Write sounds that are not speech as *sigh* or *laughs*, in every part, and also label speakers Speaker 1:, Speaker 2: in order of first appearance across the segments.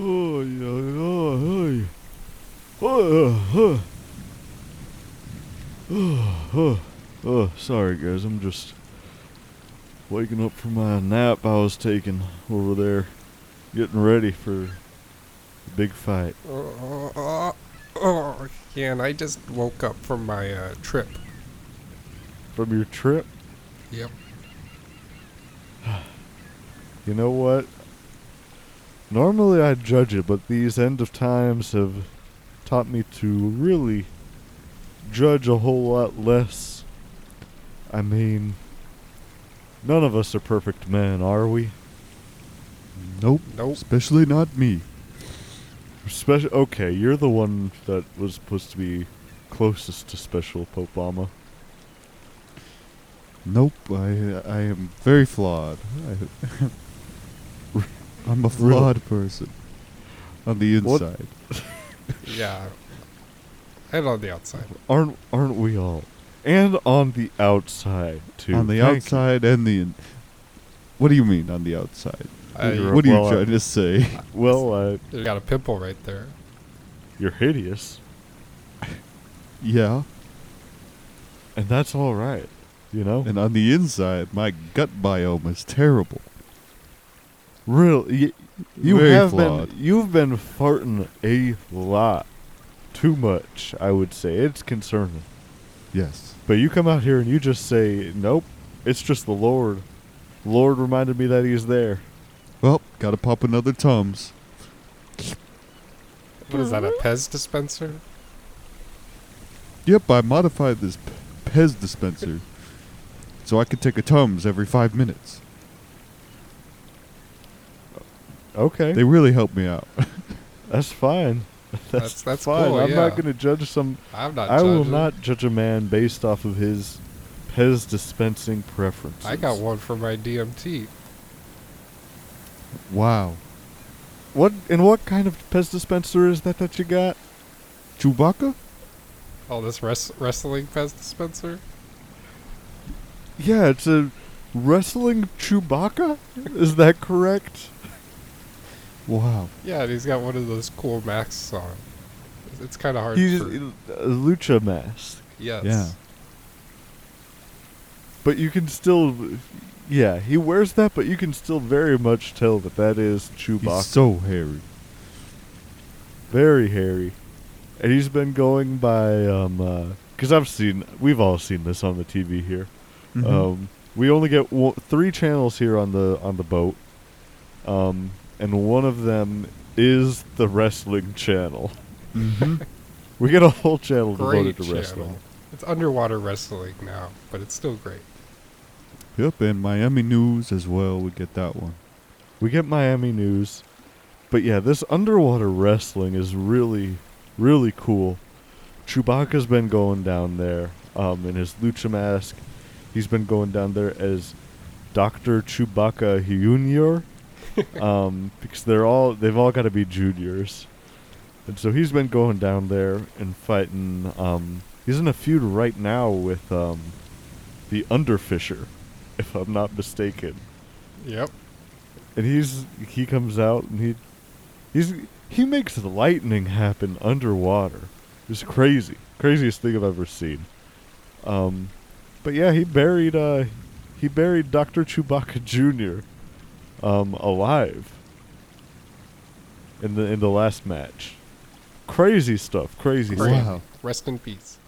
Speaker 1: Oh, oh, oh, oh, oh, oh, oh, sorry guys, I'm just waking up from my nap I was taking over there, getting ready for the big fight.
Speaker 2: Oh, oh, oh, yeah, and I just woke up from my uh, trip.
Speaker 1: From your trip,
Speaker 2: Yep.
Speaker 1: you know what? Normally I judge it, but these end of times have taught me to really judge a whole lot less. I mean, none of us are perfect men, are we? Nope.
Speaker 2: Nope.
Speaker 1: Especially not me. Special. Okay, you're the one that was supposed to be closest to special, Popama.
Speaker 3: Nope, I I am very flawed. I, *laughs* I'm a
Speaker 1: Really?
Speaker 3: flawed person on the
Speaker 1: What?
Speaker 3: inside.
Speaker 2: Yeah. And on the outside.
Speaker 1: Aren't aren't we all? And on the outside too.
Speaker 3: On the
Speaker 1: Thank you.
Speaker 3: outside and the in- What do you mean on the outside?
Speaker 2: I-
Speaker 1: You're-
Speaker 3: what are you
Speaker 1: well, I-
Speaker 3: trying to say?
Speaker 1: Well, uh,
Speaker 2: You got a pimple right there.
Speaker 1: you're hideous.
Speaker 3: yeah,
Speaker 1: and that's all right. You know,
Speaker 3: and on the inside, my gut biome is terrible.
Speaker 1: real y- you
Speaker 3: Very
Speaker 1: have
Speaker 3: flawed.
Speaker 1: been you've been farting a lot, too much. I would say it's concerning.
Speaker 3: Yes,
Speaker 1: But you come out here and you just say, "Nope, it's just the Lord." Lord reminded me that He's there.
Speaker 3: well, gotta pop another tums.
Speaker 2: What is that,
Speaker 1: Uh-huh.
Speaker 2: a Pez dispenser?
Speaker 3: Yep, I modified this p- Pez dispenser so I could take a tums every five minutes.
Speaker 1: Okay,
Speaker 3: They really helped me out.
Speaker 1: that's fine. *laughs*
Speaker 2: That's that's
Speaker 1: fine.
Speaker 2: cool.
Speaker 1: I'm
Speaker 2: yeah.
Speaker 1: not going to judge some.
Speaker 2: I'm not.
Speaker 1: I will
Speaker 2: judging.
Speaker 1: not judge a man based off of his Pez dispensing preferences.
Speaker 2: I got one for my DMT.
Speaker 3: wow,
Speaker 1: What and what kind of Pez dispenser is that that you got?
Speaker 3: Chewbacca.
Speaker 2: Oh, this res- wrestling Pez dispenser.
Speaker 1: Yeah, it's a wrestling Chewbacca. Is that correct?
Speaker 3: Wow.
Speaker 2: Yeah, and he's got one of those cool masks on. It's- It's kind of hard.
Speaker 1: He's a
Speaker 2: for,
Speaker 1: lucha mask,
Speaker 2: yes.
Speaker 3: yeah.
Speaker 1: but you can still, yeah, he wears that, but you can still very much tell that that is Chewbacca.
Speaker 3: *laughs* He's so hairy.
Speaker 1: very hairy, and he's been going by um, because I've seen, we've all seen this on the TV here.
Speaker 4: Mm-hmm.
Speaker 1: Um, we only get w- three channels here on the on the boat, um, and one of them is the wrestling channel.
Speaker 3: Mhm.
Speaker 1: We get a whole channel
Speaker 2: Great
Speaker 1: devoted to wrestling.
Speaker 2: channel. It's underwater wrestling now, but it's still great.
Speaker 3: *laughs* yep, and Miami News as well. We get that one.
Speaker 1: We get Miami news, but yeah, this underwater wrestling is really, really cool. Chewbacca's been going down there um, in his lucha mask. He's been going down there as Doctor Chewbacca Junior, um, because they're all they've all got to be juniors, and so he's been going down there and fighting. Um, he's in a feud right now with um, the Underfisher, if I'm not mistaken
Speaker 2: Yep.
Speaker 1: and he's he comes out and he he's he makes lightning happen underwater. It's crazy, craziest thing I've ever seen. Um, but yeah, he buried uh he buried Doctor Chewbacca Jr. um alive in the in the last match. Crazy stuff, crazy
Speaker 2: Great.
Speaker 1: stuff.
Speaker 3: Wow.
Speaker 2: Rest in peace.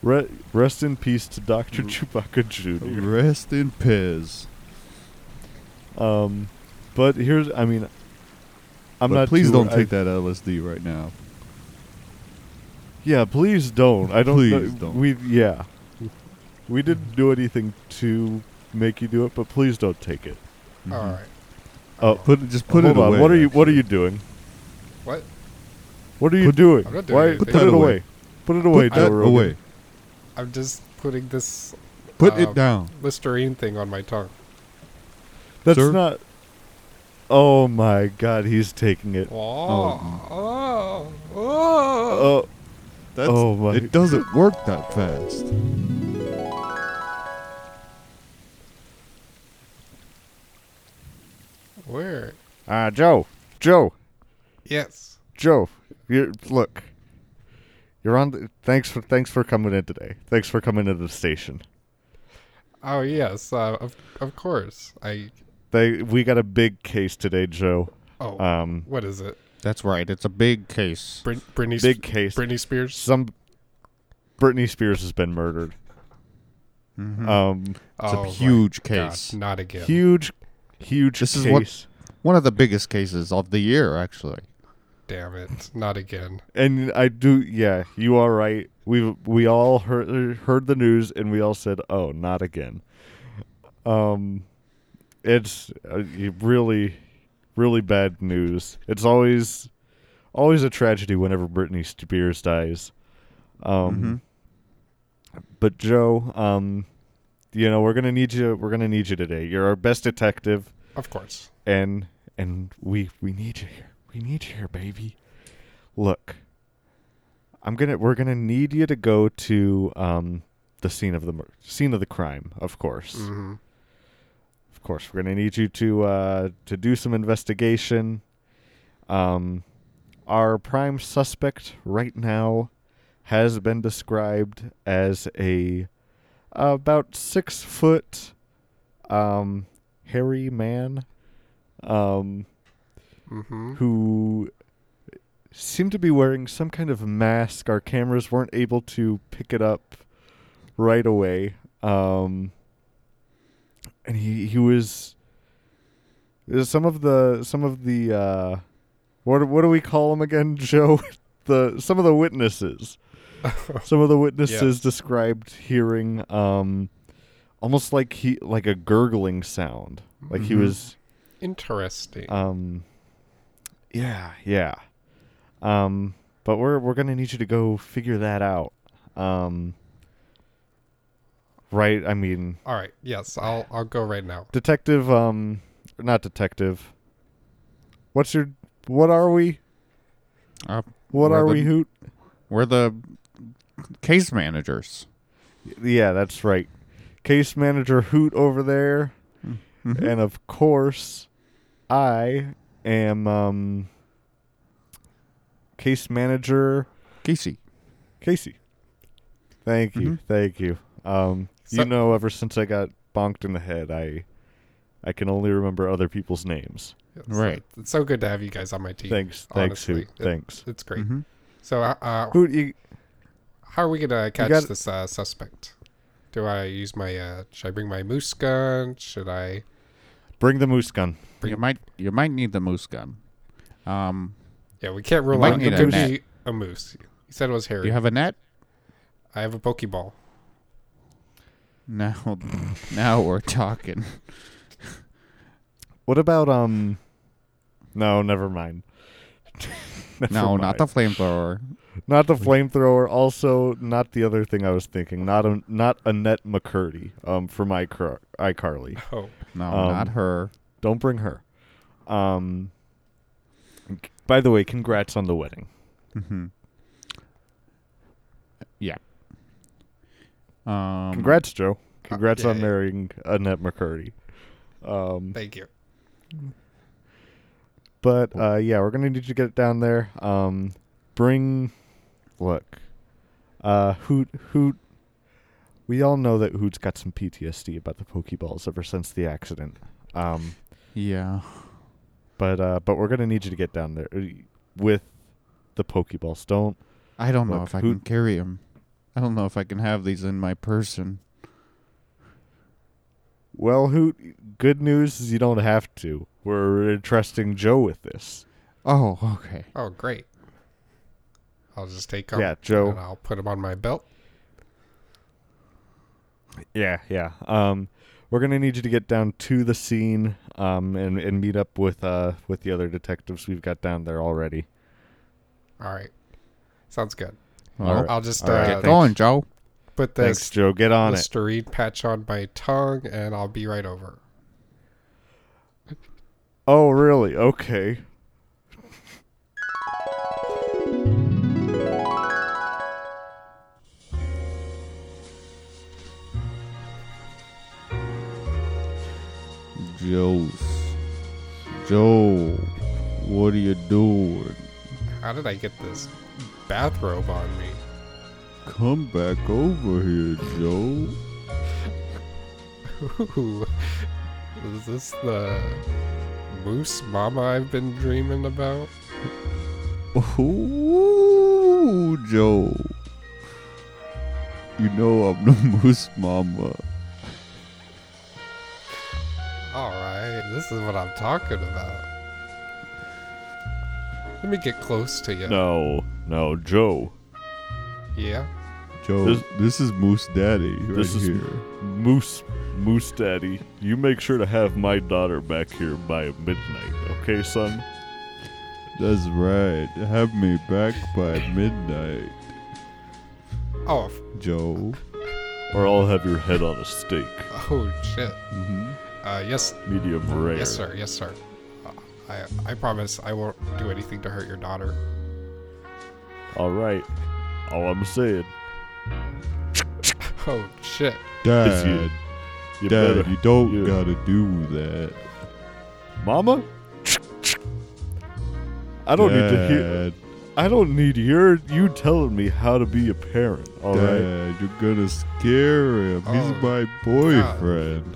Speaker 1: Re- rest in peace to Doctor
Speaker 3: Mm.
Speaker 1: Chewbacca Jr.
Speaker 3: Rest in Pez.
Speaker 1: Um, but here's I mean, I'm
Speaker 3: But
Speaker 1: not.
Speaker 3: Please
Speaker 1: too-
Speaker 3: don't
Speaker 1: I-
Speaker 3: take that LSD right now.
Speaker 1: Yeah, please don't. I don't. know-
Speaker 3: Please don't.
Speaker 1: We yeah, we didn't do anything to make you do it, but please don't take it.
Speaker 2: All right.
Speaker 1: Uh,
Speaker 3: Put it. Just put
Speaker 1: Hold
Speaker 3: it
Speaker 1: on.
Speaker 3: away.
Speaker 1: What are you? What are you doing?
Speaker 2: What?
Speaker 1: What are you
Speaker 3: Put-
Speaker 1: doing?
Speaker 2: I'm not doing
Speaker 1: Why?
Speaker 2: anything.
Speaker 1: Put it away. Put it away,
Speaker 3: Put
Speaker 1: Joe
Speaker 3: that
Speaker 1: Rogan.
Speaker 3: away.
Speaker 2: I'm just putting this
Speaker 3: Put
Speaker 2: Uh,
Speaker 3: it down.
Speaker 2: Listerine thing on my tongue.
Speaker 1: That's
Speaker 3: Sir?
Speaker 1: not. Oh my God, he's taking it.
Speaker 2: Oh, oh, oh.
Speaker 1: Oh,
Speaker 3: That's,
Speaker 1: oh my-
Speaker 3: It doesn't work that fast.
Speaker 2: Where?
Speaker 1: ah, Joe, Joe,
Speaker 2: Yes.
Speaker 1: Joe. You look. You're on. The, thanks for thanks for coming in today. Thanks for coming to the station.
Speaker 2: Oh, yes. Uh, of of course. I.
Speaker 1: They we got a big case today, Joe.
Speaker 2: Oh,
Speaker 1: Um,
Speaker 2: what is it?
Speaker 4: That's right. It's a big case.
Speaker 2: Brit- Britney.
Speaker 1: big case.
Speaker 2: Britney Spears.
Speaker 1: Some Britney Spears has been murdered. Um,
Speaker 4: It's
Speaker 2: oh,
Speaker 4: a
Speaker 2: my
Speaker 4: huge
Speaker 2: God,
Speaker 4: case.
Speaker 2: Not again.
Speaker 1: huge, huge
Speaker 4: This
Speaker 1: case.
Speaker 4: is what- One of the biggest cases of the year, actually.
Speaker 2: Damn it. Not again.
Speaker 1: and I do. Yeah, you are right. We we all heard heard the news, and we all said, "Oh, not again." Um, it's uh, you- really, really bad news. It's always, always a tragedy whenever Britney Spears dies. Um, but Joe, um, you know we're gonna need you. We're gonna need you today. You're our best detective,
Speaker 2: Of course.
Speaker 1: and and we we need you here. We need you here, baby. Look, I'm gonna we're gonna need you to go to um the scene of the mur- scene of the crime, of course.
Speaker 2: hmm
Speaker 1: Of course, we're gonna need you to uh to do some investigation. Um, our prime suspect right now has been described as a about six foot um hairy man. Um
Speaker 2: hmm
Speaker 1: who seemed to be wearing some kind of mask. Our cameras weren't able to pick it up right away. Um, and he, he was uh, some of the some of the uh, what what do we call them again, *laughs* Joe? the some of the witnesses. some of the witnesses described hearing um, almost like he like a gurgling sound, like he
Speaker 3: Mhm.
Speaker 1: was
Speaker 2: Interesting.
Speaker 4: Uh,
Speaker 1: um, yeah, yeah. Um, but we're we're gonna need you to go figure that out. Um, right. I mean,
Speaker 2: All right. Yes. I'll I'll go right now.
Speaker 1: detective. Um, not detective. What's your? What are we?
Speaker 4: Uh,
Speaker 1: What
Speaker 4: we're
Speaker 1: are
Speaker 4: the-
Speaker 1: we? Hoot.
Speaker 4: We're the case managers.
Speaker 1: Yeah, that's right. Case manager Hoot over there,
Speaker 3: Mhm.
Speaker 1: and of course, I am um. Case manager
Speaker 4: Casey.
Speaker 1: Casey. Thank you,
Speaker 3: Mhm.
Speaker 1: thank you. Um,
Speaker 2: So-
Speaker 1: you know, ever since I got bonked in the head, I I can only remember other people's names.
Speaker 2: Yes.
Speaker 4: Right.
Speaker 2: It's so good to have you guys on my team.
Speaker 1: Thanks, thanks,
Speaker 2: honestly,
Speaker 1: who,
Speaker 2: it-
Speaker 1: thanks.
Speaker 2: It's great.
Speaker 4: mm-hmm.
Speaker 3: Mhm.
Speaker 2: So, uh, uh,
Speaker 1: Who you?
Speaker 2: how are we gonna catch
Speaker 1: got-
Speaker 2: this uh, suspect? Do I use my? Uh, should I bring my moose gun? Should I?
Speaker 1: Bring the moose gun.
Speaker 4: You might you might need the moose gun. Um,
Speaker 2: Yeah, we can't rule
Speaker 4: might
Speaker 2: out
Speaker 4: need
Speaker 2: it
Speaker 4: a
Speaker 2: could
Speaker 4: net.
Speaker 2: be a moose. You said it was
Speaker 4: do
Speaker 2: hairy.
Speaker 4: you have a net? *laughs*
Speaker 2: I have a pokeball.
Speaker 4: Now, now we're
Speaker 1: *laughs*
Speaker 4: talking.
Speaker 1: What about um? No, never mind. *laughs* Never
Speaker 4: no,
Speaker 1: mind.
Speaker 4: not the flamethrower.
Speaker 1: *laughs* not the flamethrower. Also, not the other thing I was thinking. Not a not Annette McCurdy. Um, for my car, iCarly.
Speaker 2: Oh,
Speaker 4: No,
Speaker 1: Um,
Speaker 4: not her.
Speaker 1: Don't bring her. Um. c- By the way, congrats on the wedding.
Speaker 3: Mm-hmm.
Speaker 4: Um,
Speaker 1: Congrats, Joe. Congrats on
Speaker 2: yay.
Speaker 1: marrying Annette McCurdy. Um,
Speaker 2: thank you.
Speaker 1: but uh, yeah, we're gonna need you to get down there. Um, bring, look, uh, Hoot Hoot. We all know that Hoot's got some PTSD about the Pokeballs ever since the accident. Um,
Speaker 4: Yeah.
Speaker 1: but uh, but we're gonna need you to get down there uh, with the Pokeballs. Don't
Speaker 4: I don't know
Speaker 1: Look,
Speaker 4: if I
Speaker 1: who-
Speaker 4: can carry them. I don't know if I can have these in my person.
Speaker 1: Well, Hoot, good news is you don't have to. We're entrusting Joe with this.
Speaker 4: Oh, okay.
Speaker 2: Oh, great. I'll just take them.
Speaker 1: Yeah, Joe.
Speaker 2: And I'll put them on my belt.
Speaker 1: Yeah, yeah. Um, we're gonna need you to get down to the scene um, and and meet up with uh with the other detectives we've got down there already.
Speaker 2: All right. Sounds good.
Speaker 1: All right.
Speaker 2: I'll just
Speaker 1: All right,
Speaker 2: uh,
Speaker 1: thanks.
Speaker 4: Go on, Joe.
Speaker 2: put
Speaker 1: Thanks,
Speaker 2: this
Speaker 1: Joe. Get on it.
Speaker 2: Listerine patch on my tongue, and I'll be right over.
Speaker 1: Oh, really? Okay.
Speaker 4: Joe's. Joe, what are you doing?
Speaker 2: How did I get this bathrobe on me?
Speaker 4: Come back over here, Joe.
Speaker 2: Ooh, is this the moose mama I've been dreaming about?
Speaker 4: Ooh, Joe. You know I'm the *laughs* moose mama.
Speaker 2: All right, this is what I'm talking about. Let me get close to you.
Speaker 1: No, no, Joe.
Speaker 2: Yeah.
Speaker 4: Joe,
Speaker 1: This-
Speaker 4: this, is Moose Daddy right
Speaker 1: this is-
Speaker 4: here.
Speaker 1: Moose, Moose Daddy, you make sure to have my daughter back here by midnight, okay, son?
Speaker 4: That's right. Have me back by midnight,
Speaker 2: Oh, f-
Speaker 4: Joe.
Speaker 1: Or I'll have your head on a stake.
Speaker 2: oh shit.
Speaker 4: hmm
Speaker 1: Mm-hmm.
Speaker 2: Uh, yes,
Speaker 1: Medium rare.
Speaker 2: yes, sir, yes, sir. Uh, I, I promise I won't do anything to hurt your daughter. *laughs*
Speaker 1: All right. All I'm saying,
Speaker 2: Oh shit.
Speaker 1: Is he-
Speaker 4: Dad,
Speaker 1: you
Speaker 4: Dad,
Speaker 1: better.
Speaker 4: you don't
Speaker 1: you-
Speaker 4: gotta do that.
Speaker 1: Mama? I don't need to hear.
Speaker 4: Dad,
Speaker 1: I don't need your you telling me how to be a parent. All right.
Speaker 4: Dad, you're gonna scare him.
Speaker 2: Oh,
Speaker 4: He's my boyfriend.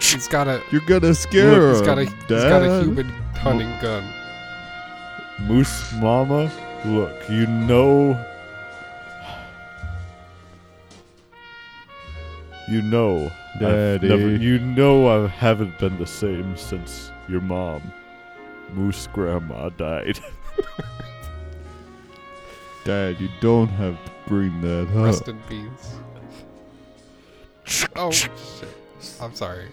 Speaker 2: He's got a
Speaker 4: You're gonna scare
Speaker 2: he's
Speaker 4: him.
Speaker 2: got a
Speaker 4: Dad.
Speaker 2: he's got a human hunting gun.
Speaker 1: Moose Mama, look, you know. You know. I've
Speaker 4: Daddy.
Speaker 1: never- you know I haven't been the same since your mom, Moose Grandma, died. *laughs*
Speaker 4: Dad, you don't have to bring that up.
Speaker 2: Rest in *laughs* peace. Oh shit. I'm sorry.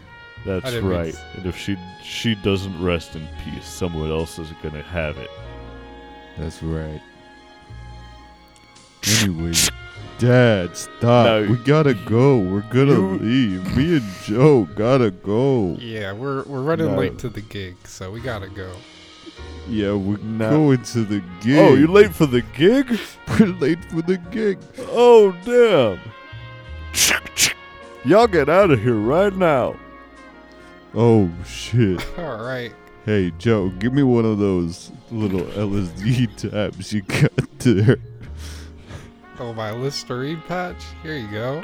Speaker 2: I
Speaker 1: That's
Speaker 2: didn't mean
Speaker 1: right.
Speaker 2: s-
Speaker 1: And if she she doesn't rest in peace, someone else is gonna have it.
Speaker 4: That's right. Anyway, Dad, stop.
Speaker 1: No.
Speaker 4: We gotta go. We're gonna
Speaker 1: You-
Speaker 4: leave. Me and Joe gotta go.
Speaker 2: Yeah, we're we're running
Speaker 1: No.
Speaker 2: late to the gig, so we gotta go.
Speaker 4: Yeah, we're
Speaker 1: No.
Speaker 4: going to the gig.
Speaker 1: Oh, you late for the gig?
Speaker 4: We're late for the gig.
Speaker 1: Oh damn! Y'all get out of here right now.
Speaker 4: Oh shit.
Speaker 2: All right.
Speaker 4: Hey Joe, give me one of those little LSD tabs you got *laughs* there.
Speaker 2: Oh, my Listerine patch. Here you *laughs* go.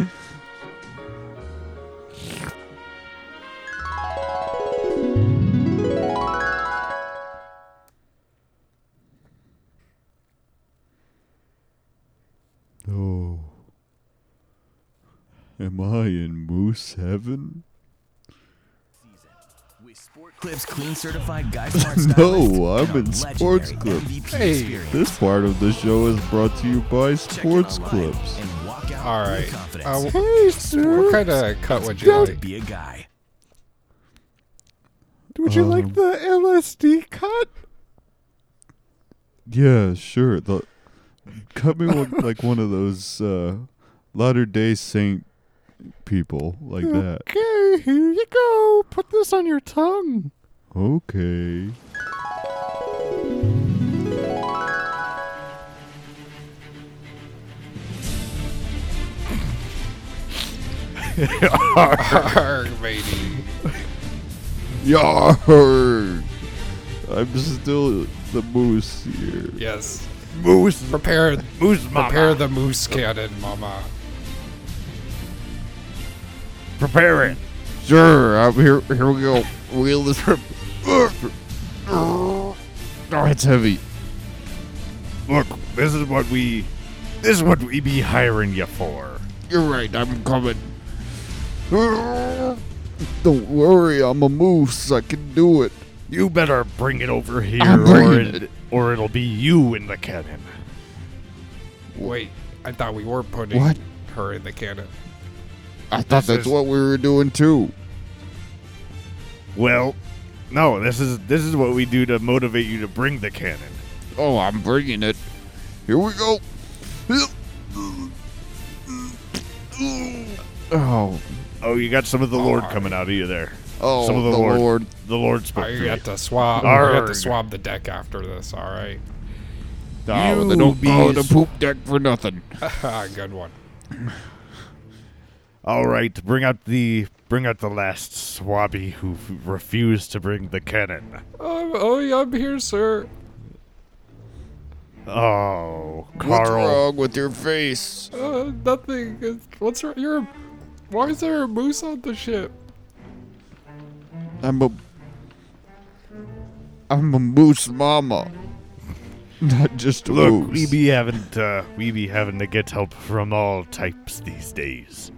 Speaker 4: Oh. Am I in moose heaven?
Speaker 5: With Sport Clips clean certified
Speaker 4: *laughs*
Speaker 5: guy Smart
Speaker 4: No,
Speaker 5: stylist
Speaker 4: I'm
Speaker 5: and
Speaker 4: in
Speaker 5: a
Speaker 4: Sports
Speaker 5: legendary
Speaker 4: Clips.
Speaker 5: MVP
Speaker 2: Hey.
Speaker 5: experience.
Speaker 4: This part of the show is brought to you by
Speaker 5: Check it
Speaker 4: Sports
Speaker 5: online
Speaker 4: Clips.
Speaker 5: and walk out
Speaker 2: All
Speaker 5: with
Speaker 2: right.
Speaker 5: confidence.
Speaker 2: Uh, wh-
Speaker 1: Hey, sir.
Speaker 2: what kind of cut would you
Speaker 5: to
Speaker 2: like?
Speaker 5: be a guy.
Speaker 1: Would you like the LSD cut?
Speaker 4: Yeah, sure. The cut me one like one of those uh, Latter Day Saint people like that.
Speaker 1: Okay, here you go. Put this on your tongue.
Speaker 4: Okay.
Speaker 2: *laughs* Arg, matey.
Speaker 4: Yarr! I'm still the moose here.
Speaker 2: Yes.
Speaker 1: Moose,
Speaker 2: Prepare
Speaker 1: moose,
Speaker 2: prepare the moose cannon, mama.
Speaker 1: prepare it.
Speaker 4: Sure, I'm here. Here we go. Wheel this
Speaker 1: *laughs*
Speaker 4: trip. Oh, it's heavy.
Speaker 1: Look, this is what we, this is what we be hiring you for.
Speaker 4: You're right. I'm coming. Don't worry, I'm a moose. I can do it.
Speaker 1: You better bring it over here,
Speaker 4: I'm
Speaker 1: or
Speaker 4: bringing
Speaker 1: it,
Speaker 4: it.
Speaker 1: or it'll be you in the cannon.
Speaker 2: Wait, I thought we were putting
Speaker 4: What?
Speaker 2: her in the cannon.
Speaker 4: I thought
Speaker 1: This
Speaker 4: that's
Speaker 1: is-
Speaker 4: what we were doing too.
Speaker 1: Well, no, this is this is what we do to motivate you to bring the cannon.
Speaker 4: Oh, I'm bringing it. Here we
Speaker 1: *laughs*
Speaker 4: go. Oh,
Speaker 1: Oh, you got some of the Lord coming out of you there.
Speaker 4: oh,
Speaker 1: some of the,
Speaker 4: the
Speaker 1: Lord.
Speaker 4: Lord.
Speaker 1: The Lord spoke
Speaker 2: I
Speaker 1: to me.
Speaker 2: got to swab. I got to
Speaker 1: Arrg.
Speaker 2: swab the deck after this. All *laughs* right.
Speaker 1: Ah,
Speaker 4: Oh, they don't call it a poop deck for nothing.
Speaker 2: Ah, Good one.
Speaker 1: All right, bring out the bring out the last swabby who f- refused to bring the cannon.
Speaker 2: Um, oh, yeah, I'm here, sir.
Speaker 1: Oh,
Speaker 4: What's
Speaker 1: Carl.
Speaker 4: wrong with your face?
Speaker 2: Uh, nothing. It's- What's wrong? You're. Why is there a moose on the ship?
Speaker 4: I'm a. I'm a moose mama. Not just a
Speaker 1: Look, we
Speaker 4: moose.
Speaker 1: be having to, we be having to get help from all types these days.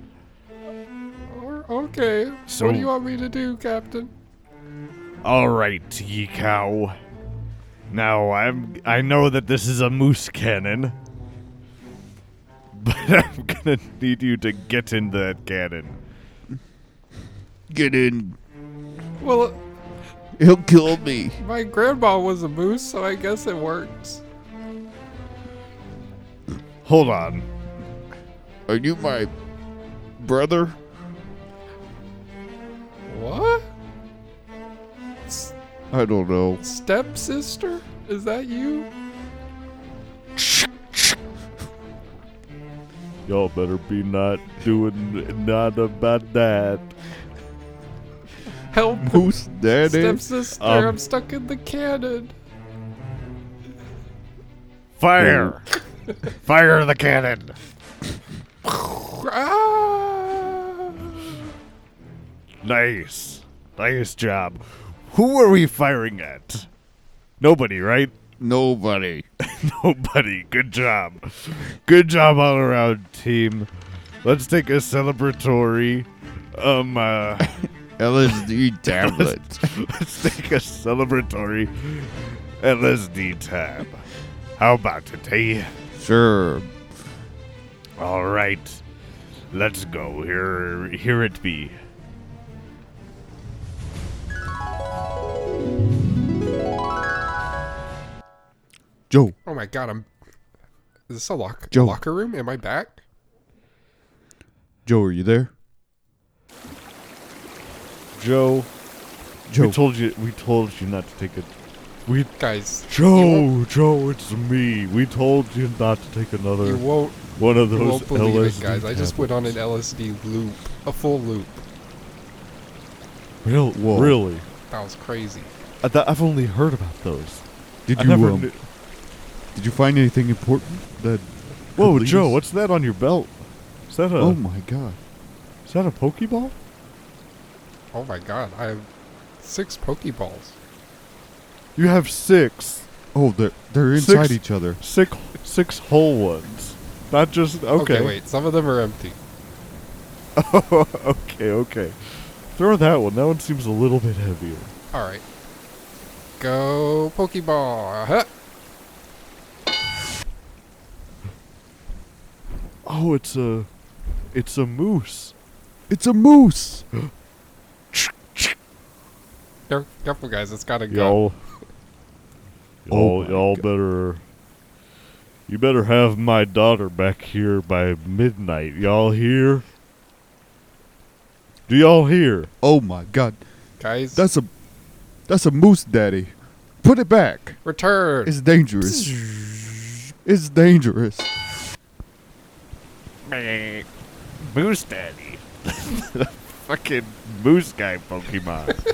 Speaker 2: Or- Okay.
Speaker 1: So-
Speaker 2: what do you want me to do, Captain?
Speaker 1: All right, ye cow. Now I'm I know that this is a moose cannon, *laughs* but I'm gonna need you to get in that cannon.
Speaker 4: Get in.
Speaker 2: Well, uh,
Speaker 4: He'll kill me.
Speaker 2: my grandma was a moose, so I guess it works.
Speaker 1: Hold on.
Speaker 4: Are you my brother?
Speaker 2: What?
Speaker 4: I don't know.
Speaker 2: Stepsister? Is that you?
Speaker 1: Y'all better be not doing not about that.
Speaker 2: Help,
Speaker 4: Moose daddy.
Speaker 2: stepsister.
Speaker 1: Um,
Speaker 2: I'm stuck in the cannon.
Speaker 1: Fire! *laughs* Fire the cannon!
Speaker 2: Ah!
Speaker 1: Nice. Nice job. Who are we firing at? Nobody, right? *laughs*
Speaker 4: Nobody.
Speaker 1: Nobody. Good job. Good job all around, team. Let's take a celebratory. Um, uh, *laughs*
Speaker 4: LSD tablet.
Speaker 1: let's take a celebratory LSD tab. How about it, eh?
Speaker 4: sure.
Speaker 1: All right, let's go. Here, here it be.
Speaker 4: Joe.
Speaker 2: Oh my god, I'm. Is this a lock-
Speaker 4: Joe.
Speaker 2: locker room? Am I back?
Speaker 4: Joe, are you there?
Speaker 1: Joe,
Speaker 4: Joe.
Speaker 1: we told you. We told you not to take a. We
Speaker 2: Guys,
Speaker 1: Joe, Joe, it's me. We told you not to take another
Speaker 2: you won't,
Speaker 1: one of
Speaker 2: you
Speaker 1: Uh, those
Speaker 2: won't believe
Speaker 1: LSD
Speaker 2: it, guys. I just went on an
Speaker 1: tablets.
Speaker 2: LSD loop. A full loop.
Speaker 1: Real,
Speaker 4: Whoa.
Speaker 1: really?
Speaker 2: That was crazy.
Speaker 1: I th- I've only heard about those.
Speaker 4: Did
Speaker 1: I
Speaker 4: you
Speaker 1: never
Speaker 4: um,
Speaker 1: knew-
Speaker 4: Did you find anything important? That
Speaker 1: Whoa,
Speaker 4: leaves?
Speaker 1: Joe, what's that on your belt? Is that a
Speaker 4: oh my god!
Speaker 1: is that a Pokeball?
Speaker 2: Oh my god, I have six Pokeballs.
Speaker 1: You have six,
Speaker 4: Oh, they're they're inside
Speaker 1: Six-
Speaker 4: each other.
Speaker 1: six, six whole ones, not just okay.
Speaker 2: wait, some of them are empty.
Speaker 1: *laughs* okay, okay. Throw that one. That one seems a little bit heavier.
Speaker 2: Alright. Go Pokeball. Uh-huh. Huh.
Speaker 1: Oh, it's a, it's a moose.
Speaker 4: It's a moose.
Speaker 2: Care- Careful, guys, it's gotta go.
Speaker 1: Y'all, y'all,
Speaker 4: Oh my
Speaker 1: y'all
Speaker 4: God.
Speaker 1: better. You better have my daughter back here by midnight. Y'all hear? Do y'all hear?
Speaker 4: Oh my god!
Speaker 2: Guys,
Speaker 4: That's a that's a moose, daddy. Put it back.
Speaker 2: return.
Speaker 4: It's dangerous. It's dangerous.
Speaker 1: Moose Daddy. the *laughs* fucking moose guy Pokemon.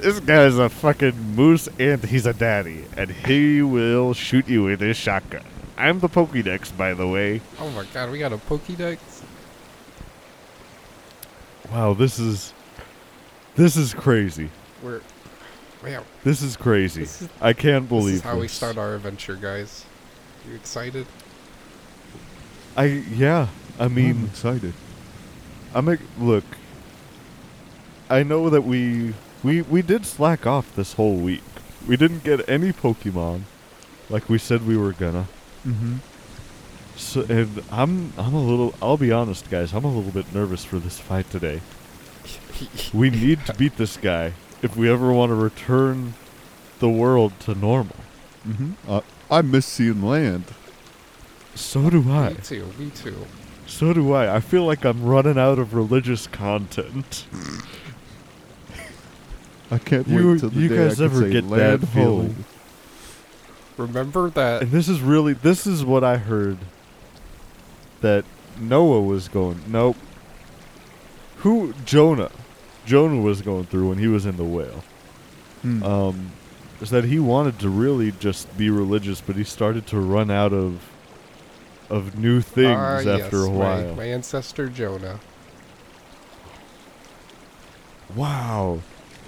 Speaker 1: this guy's a fucking moose and he's a daddy. And he will shoot you with his shotgun. I'm the Pokedex, by the way.
Speaker 2: oh my god, we got a Pokedex?
Speaker 1: Wow, this is. This is crazy.
Speaker 2: We're. Man,
Speaker 1: This is crazy.
Speaker 2: This is-
Speaker 1: I can't believe
Speaker 2: this is how we
Speaker 1: this.
Speaker 2: start our adventure, guys. You excited?
Speaker 1: I yeah. I
Speaker 4: I'm
Speaker 1: mean,
Speaker 4: excited.
Speaker 1: I'm ex- look. I know that we we we did slack off this whole week. We didn't get any Pokemon, like we said we were gonna.
Speaker 4: Mm-hmm.
Speaker 1: So and I'm I'm a little. I'll be honest, guys. I'm a little bit nervous for this fight today.
Speaker 2: *laughs*
Speaker 1: We need to beat this guy if we ever want to return the world to normal. Mm-hmm.
Speaker 3: hmm Uh, I miss seeing land.
Speaker 1: So do I.
Speaker 2: Me too. Me too.
Speaker 1: So do I. I feel like I'm running out of religious content.
Speaker 3: I can't
Speaker 1: You,
Speaker 3: wait till the
Speaker 1: you
Speaker 3: day
Speaker 1: guys
Speaker 3: I can
Speaker 1: ever
Speaker 3: say
Speaker 1: get that
Speaker 3: land
Speaker 1: feeling?
Speaker 3: home.
Speaker 2: Remember that?
Speaker 1: And this is really this is what I heard that Noah was going. Nope. Who Jonah? Jonah was going through when he was in the whale.
Speaker 3: Hmm.
Speaker 1: Um, is that he wanted to really just be religious, but he started to run out of of new things
Speaker 2: Ah,
Speaker 1: after
Speaker 2: yes,
Speaker 1: a
Speaker 2: my-
Speaker 1: while.
Speaker 2: My, ancestor Jonah.
Speaker 1: Wow,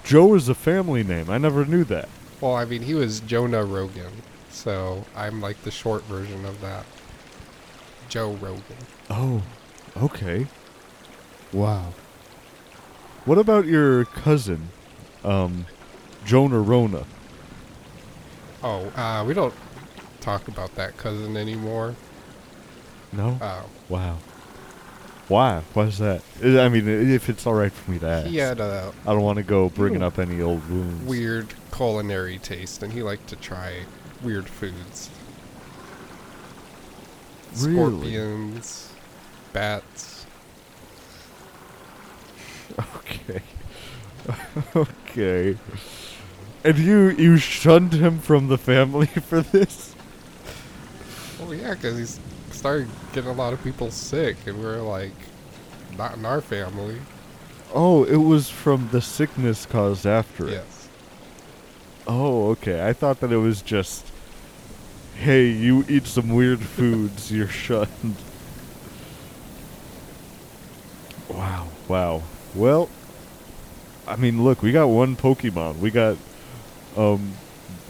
Speaker 1: Joe is a family name. I never knew that.
Speaker 2: Well, I mean, he was Jonah Rogan, so I'm like the short version of that. Joe Rogan.
Speaker 1: Oh, okay.
Speaker 2: Wow.
Speaker 1: What about your cousin, um, Jonah Rona?
Speaker 2: Oh, uh, we don't talk about that cousin anymore.
Speaker 1: No.
Speaker 2: Oh,
Speaker 1: Wow. Why? Why's that? I I mean, i- if it's all right for me to ask,
Speaker 2: he had a
Speaker 1: I don't want to go bringing up any old wounds.
Speaker 2: weird culinary taste, and he liked to try weird foods.
Speaker 3: Really?
Speaker 2: Scorpions, bats.
Speaker 1: *laughs* Okay. *laughs* okay. And you you shunned him from the family *laughs* for this?
Speaker 2: Oh yeah, because he's started getting a lot of people sick, and we're like, not in our family.
Speaker 1: Oh, it was from the sickness caused after it.
Speaker 2: Yes.
Speaker 1: Oh, okay. I thought that it was just, hey, you eat some weird foods, *laughs* you're shunned. Wow, wow. Well, I mean, look, we got one Pokemon. We got um,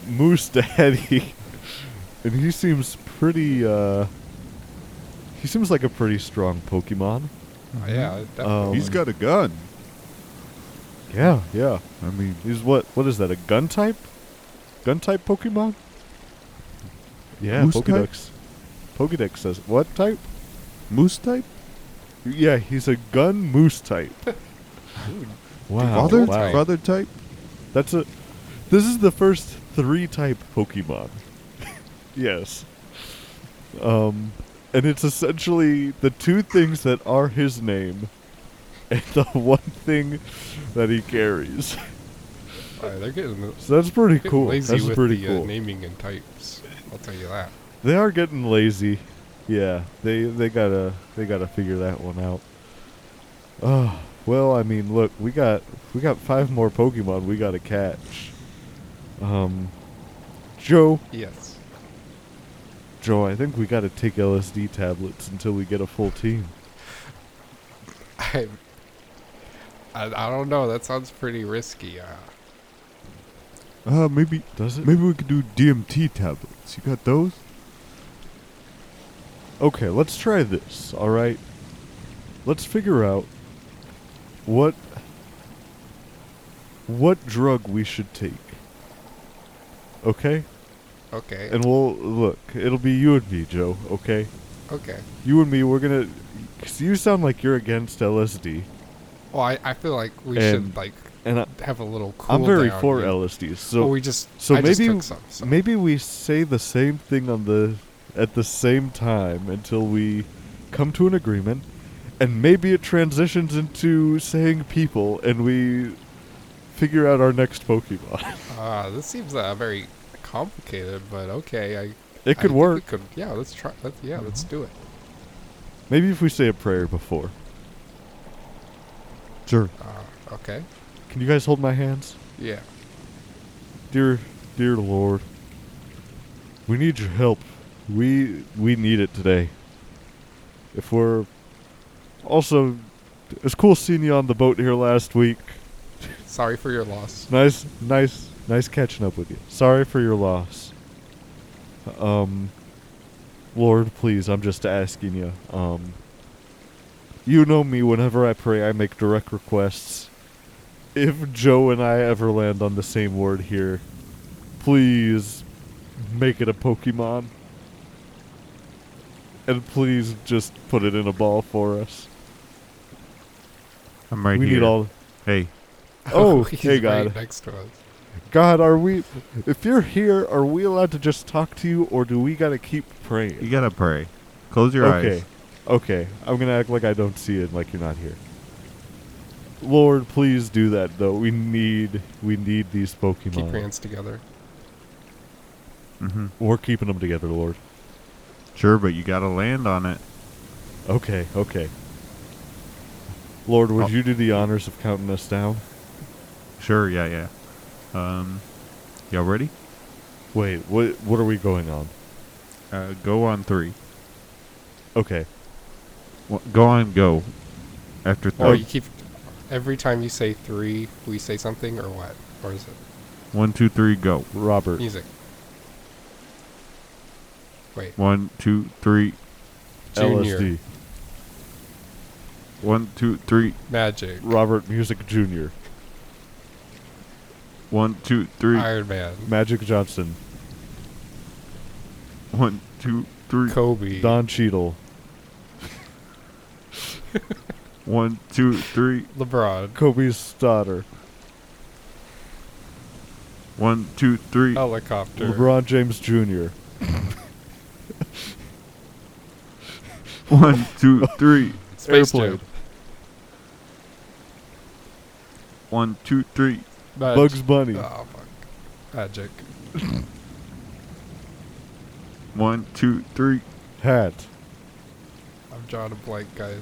Speaker 1: Moose Daddy, *laughs* and he seems pretty. uh He seems like a pretty strong Pokemon.
Speaker 2: Oh, yeah, definitely.
Speaker 1: Um,
Speaker 3: He's got a gun.
Speaker 1: Yeah, yeah.
Speaker 3: I mean,
Speaker 1: He's what? What is that? A gun type? Gun type Pokemon? Yeah,
Speaker 3: Moose type?
Speaker 1: Pokedex. Pokedex says what type?
Speaker 3: moose type?
Speaker 1: Yeah, he's a gun moose type. wow,
Speaker 3: Brother?
Speaker 1: wow.
Speaker 3: Brother type?
Speaker 1: That's a. This is the first three type Pokemon. *laughs* yes. Um, and it's essentially the two things that are his name, and *laughs* the one thing that he carries.
Speaker 2: Uh, they're getting,
Speaker 1: So that's pretty
Speaker 2: getting
Speaker 1: cool.
Speaker 2: lazy
Speaker 1: That's
Speaker 2: with
Speaker 1: pretty
Speaker 2: the
Speaker 1: cool.
Speaker 2: uh, naming and types. I'll tell you that.
Speaker 1: They are getting lazy. Yeah, they they gotta they gotta figure that one out. Oh, well, I mean, look, we got we got five more Pokemon we gotta catch. Um, Joe,
Speaker 2: Yes. *laughs*
Speaker 1: Joe, I think we gotta take LSD tablets until we get a full team.
Speaker 2: I, I, I don't know. That sounds pretty risky. Uh,
Speaker 3: Uh, maybe
Speaker 1: Does it?
Speaker 3: maybe we could do DMT tablets. You got those?
Speaker 1: Okay, let's try this. All right, let's figure out what what drug we should take. Okay.
Speaker 2: okay.
Speaker 1: And we'll look. It'll be you and me, Joe. Okay,
Speaker 2: okay.
Speaker 1: you and me. We're gonna. Cause you sound like you're against LSD,
Speaker 2: Well, I, I feel like we
Speaker 1: And
Speaker 2: should like
Speaker 1: and I,
Speaker 2: have a little cool.
Speaker 1: I'm very
Speaker 2: down
Speaker 1: for
Speaker 2: here.
Speaker 1: LSD. So
Speaker 2: Well, we just
Speaker 1: so
Speaker 2: I
Speaker 1: maybe
Speaker 2: just took some, so.
Speaker 1: maybe we say the same thing on the at the same time until we come to an agreement, and maybe it transitions into saying people, and we figure out our next Pokemon. *laughs*
Speaker 2: Uh, this seems uh, very complicated, but okay. I
Speaker 1: it
Speaker 2: I
Speaker 1: could
Speaker 2: think
Speaker 1: work. Mm-hmm.
Speaker 2: could, yeah, let's try. Let, yeah, let's do it.
Speaker 1: Maybe if we say a prayer before.
Speaker 3: Sure.
Speaker 2: Uh, okay.
Speaker 1: Can you guys hold my hands?
Speaker 2: Yeah.
Speaker 1: dear dear lord we need your help we we need it today if we're also it was cool seeing you on the boat here last week
Speaker 2: Sorry for your loss.
Speaker 1: nice nice nice catching up with you sorry for your loss um lord please i'm just asking you um you know me whenever i pray i make direct requests if joe and i ever land on the same word here please make it a pokemon and please just put it in a ball for us
Speaker 3: I'm right
Speaker 2: *laughs*
Speaker 1: we need all
Speaker 4: Hey,
Speaker 1: *laughs* Oh,
Speaker 2: He's
Speaker 1: hey
Speaker 2: Right
Speaker 1: God,
Speaker 2: next to us.
Speaker 1: God, are we? If you're here, are we allowed to just talk to you, or do we gotta keep praying?
Speaker 4: you gotta pray. Close your
Speaker 1: okay.
Speaker 4: eyes.
Speaker 1: Okay. I'm going to act like I don't see it and like you're not here. Lord, please do that though. We need we need these Pokemon.
Speaker 2: Keep your hands together.
Speaker 4: Mm-hmm.
Speaker 1: We're keeping them together, Lord.
Speaker 4: Sure, but you gotta land on it.
Speaker 1: Okay, okay. Lord, would
Speaker 4: Oh.
Speaker 1: you do the honors of counting us down?
Speaker 4: Sure, yeah, yeah. Um, y'all ready?
Speaker 1: Wait, what what are we going on?
Speaker 4: Uh, go on three.
Speaker 1: Okay.
Speaker 4: Wha- Go on, go. After
Speaker 1: Oh.
Speaker 4: three.
Speaker 2: Or you keep every time you say three, we say something, or what? Or is it
Speaker 4: One, two, three, go.
Speaker 1: Robert.
Speaker 2: music? Wait,
Speaker 4: One, two, three.
Speaker 2: Junior
Speaker 1: LSD.
Speaker 4: One, two, three.
Speaker 2: Magic,
Speaker 1: Robert Music Jr.
Speaker 4: One, two, three.
Speaker 2: Iron Man,
Speaker 1: Magic Johnson.
Speaker 4: One, two, three.
Speaker 2: Kobe,
Speaker 1: Don Cheadle.
Speaker 4: One, two, three.
Speaker 2: LeBron,
Speaker 1: Kobe's daughter.
Speaker 4: One, two, three.
Speaker 2: helicopter,
Speaker 1: LeBron James Jr.
Speaker 4: One,
Speaker 2: *laughs*
Speaker 4: two, three.
Speaker 2: space
Speaker 1: airplane.
Speaker 2: jam,
Speaker 4: One, two, three.
Speaker 2: Mag-
Speaker 1: Bugs Bunny.
Speaker 2: Oh, fuck. Magic,
Speaker 4: One, two, three.
Speaker 1: Hat.
Speaker 2: I'm drawing a blank, guys.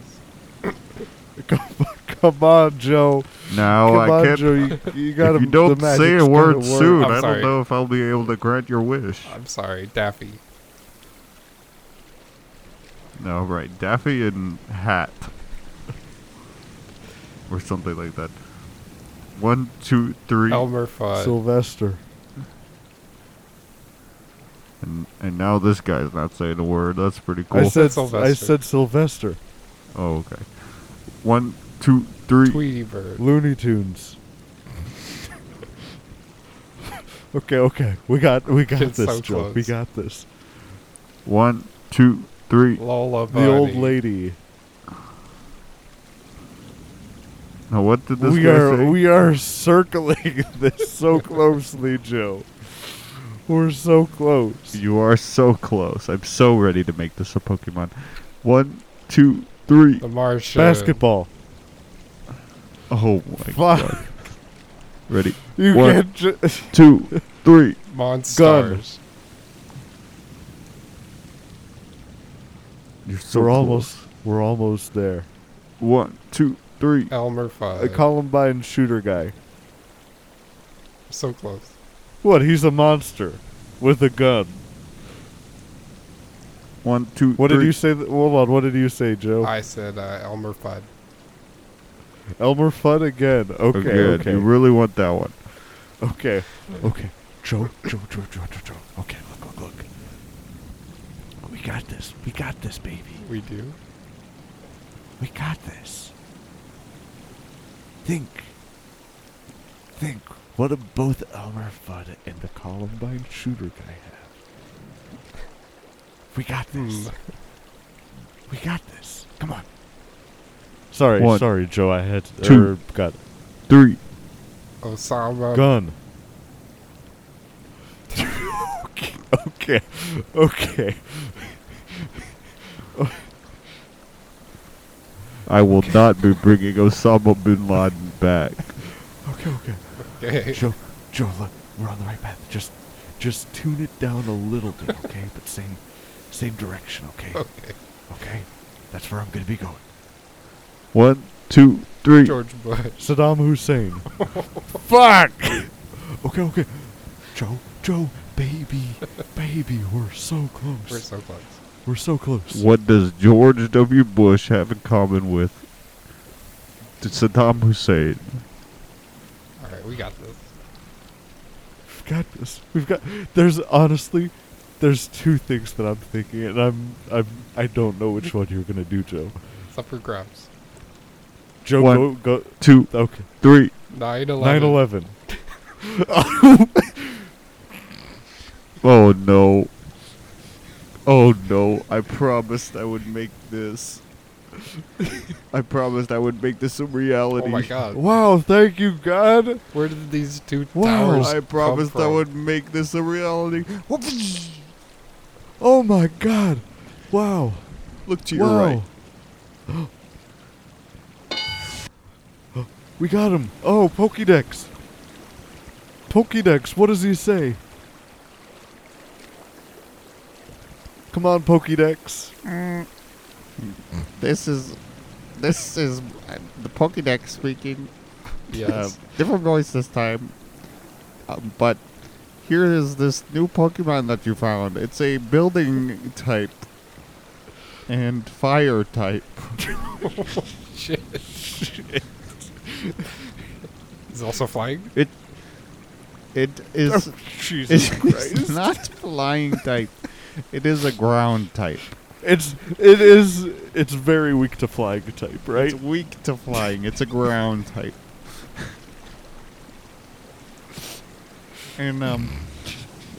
Speaker 1: Come on, Joe.
Speaker 4: Now
Speaker 1: Come
Speaker 4: Oh, I
Speaker 1: on,
Speaker 4: can't.
Speaker 1: Joe. You, you got
Speaker 4: if you don't say a word soon,
Speaker 2: I'm
Speaker 4: I
Speaker 2: sorry. Uh,
Speaker 4: don't know if I'll be able to grant your wish.
Speaker 2: I'm sorry, Daffy.
Speaker 4: No, right. Daffy and Hat. or something like that. One, two, three.
Speaker 2: Elmer Fudd.
Speaker 1: Sylvester.
Speaker 4: And, and now this guy's not saying a word. That's pretty cool.
Speaker 1: I said. I
Speaker 2: Sylvester.
Speaker 1: said Sylvester.
Speaker 4: oh, okay. One, two, three.
Speaker 2: Tweety Bird.
Speaker 4: *laughs*
Speaker 1: Looney Tunes. okay, okay. We got. We got
Speaker 2: Kids
Speaker 1: this,
Speaker 2: so
Speaker 1: Joe. We
Speaker 2: close.
Speaker 1: got this.
Speaker 4: One, two, three.
Speaker 2: Lola
Speaker 1: The old lady.
Speaker 4: Now, what did this
Speaker 1: we
Speaker 4: guy
Speaker 1: are.
Speaker 4: say?
Speaker 1: We are circling *laughs*
Speaker 4: *laughs*
Speaker 1: this so closely, Joe. We're so close.
Speaker 4: You are so close. I'm so ready to make this a Pokemon. One, two, three.
Speaker 2: The Martian.
Speaker 4: *laughs*
Speaker 1: Basketball.
Speaker 4: Oh my
Speaker 1: Fuck.
Speaker 4: Ready.
Speaker 1: You
Speaker 4: What?
Speaker 1: can't. Ju- *laughs*
Speaker 4: Two, three.
Speaker 2: Monstars.
Speaker 4: You're so
Speaker 1: we're
Speaker 4: close.
Speaker 1: almost. We're almost there.
Speaker 4: One, two, three.
Speaker 2: Elmer Fudd.
Speaker 4: Uh,
Speaker 1: A Columbine shooter guy.
Speaker 2: so close.
Speaker 1: What? He's a monster with a gun.
Speaker 4: One, two,
Speaker 1: What did
Speaker 4: three.
Speaker 1: you say? Th- hold on. What did you say, Joe?
Speaker 2: I said uh, Elmer Fudd.
Speaker 1: Elmer Fudd again. Okay.
Speaker 4: Okay,
Speaker 1: Okay. Okay.
Speaker 4: You really want that one.
Speaker 1: okay. Joe. Joe. Joe. Joe. Joe. Joe. Okay. Look. Look. Look. We got this. We got this, baby.
Speaker 2: We do.
Speaker 1: We got this. Think. Think. What do both Elmer Fudd and the Columbine shooter guy have? We got
Speaker 2: Hmm.
Speaker 1: this. We got this.
Speaker 2: *laughs*
Speaker 1: Come on. Sorry,
Speaker 4: One.
Speaker 1: sorry, Joe. I had
Speaker 4: Two.
Speaker 1: er, got
Speaker 4: Three.
Speaker 2: Osama.
Speaker 1: gun. *laughs* okay, okay.
Speaker 4: I will not be bringing Osama bin Laden back.
Speaker 1: Okay, okay.
Speaker 2: Okay.
Speaker 1: Joe, Joe, look, we're on the right path. Just, just tune it down a little *laughs* bit, okay? but same, same direction, okay?
Speaker 2: *laughs* Okay.
Speaker 1: Okay, that's where I'm gonna be going.
Speaker 4: One, two, three.
Speaker 2: George Bush. *laughs*
Speaker 1: Saddam Hussein. Fuck. okay, okay. Joe, Joe, baby, baby, we're so close.
Speaker 2: We're so close.
Speaker 1: We're so close.
Speaker 4: What does George W. Bush have in common with Saddam Hussein?
Speaker 2: All right, we got this.
Speaker 1: We've got this. We've got. There's honestly, there's two things that I'm thinking, and I'm, I'm, I don't know which one you're gonna do, Joe.
Speaker 2: Supper grabs.
Speaker 1: Joe,
Speaker 4: One.
Speaker 1: go, go.
Speaker 4: Two,
Speaker 1: Okay.
Speaker 4: three.
Speaker 2: 9
Speaker 1: 9
Speaker 2: 11.
Speaker 1: 11.
Speaker 4: Oh no. Oh no. I promised I would make this. *laughs* I promised I would make this a reality.
Speaker 2: Oh my god.
Speaker 1: Wow, thank you, God.
Speaker 2: Where did these two
Speaker 1: Wow.
Speaker 2: towers
Speaker 4: I
Speaker 2: come
Speaker 4: promised I
Speaker 2: from?
Speaker 4: would make this a reality.
Speaker 1: Oh my God. Wow.
Speaker 4: Look to your
Speaker 1: wow.
Speaker 4: right.
Speaker 1: *gasps* We got him. Oh, Pokédex. Pokédex, what does he say? Come on, Pokédex.
Speaker 4: This is, this is uh, the Pokédex speaking.
Speaker 2: *laughs* Yes.
Speaker 4: Uh, different voice this time. Uh, but here is this new Pokemon that you found. It's a building type and fire type.
Speaker 2: *laughs* Shit. He's also flying?
Speaker 4: It it is
Speaker 1: Oh, Jesus
Speaker 4: *laughs* it
Speaker 1: Christ.
Speaker 4: is not flying type. It is a ground type.
Speaker 1: It's it is it's very weak to flying type, right?
Speaker 4: It's weak to flying. It's a ground type. and um,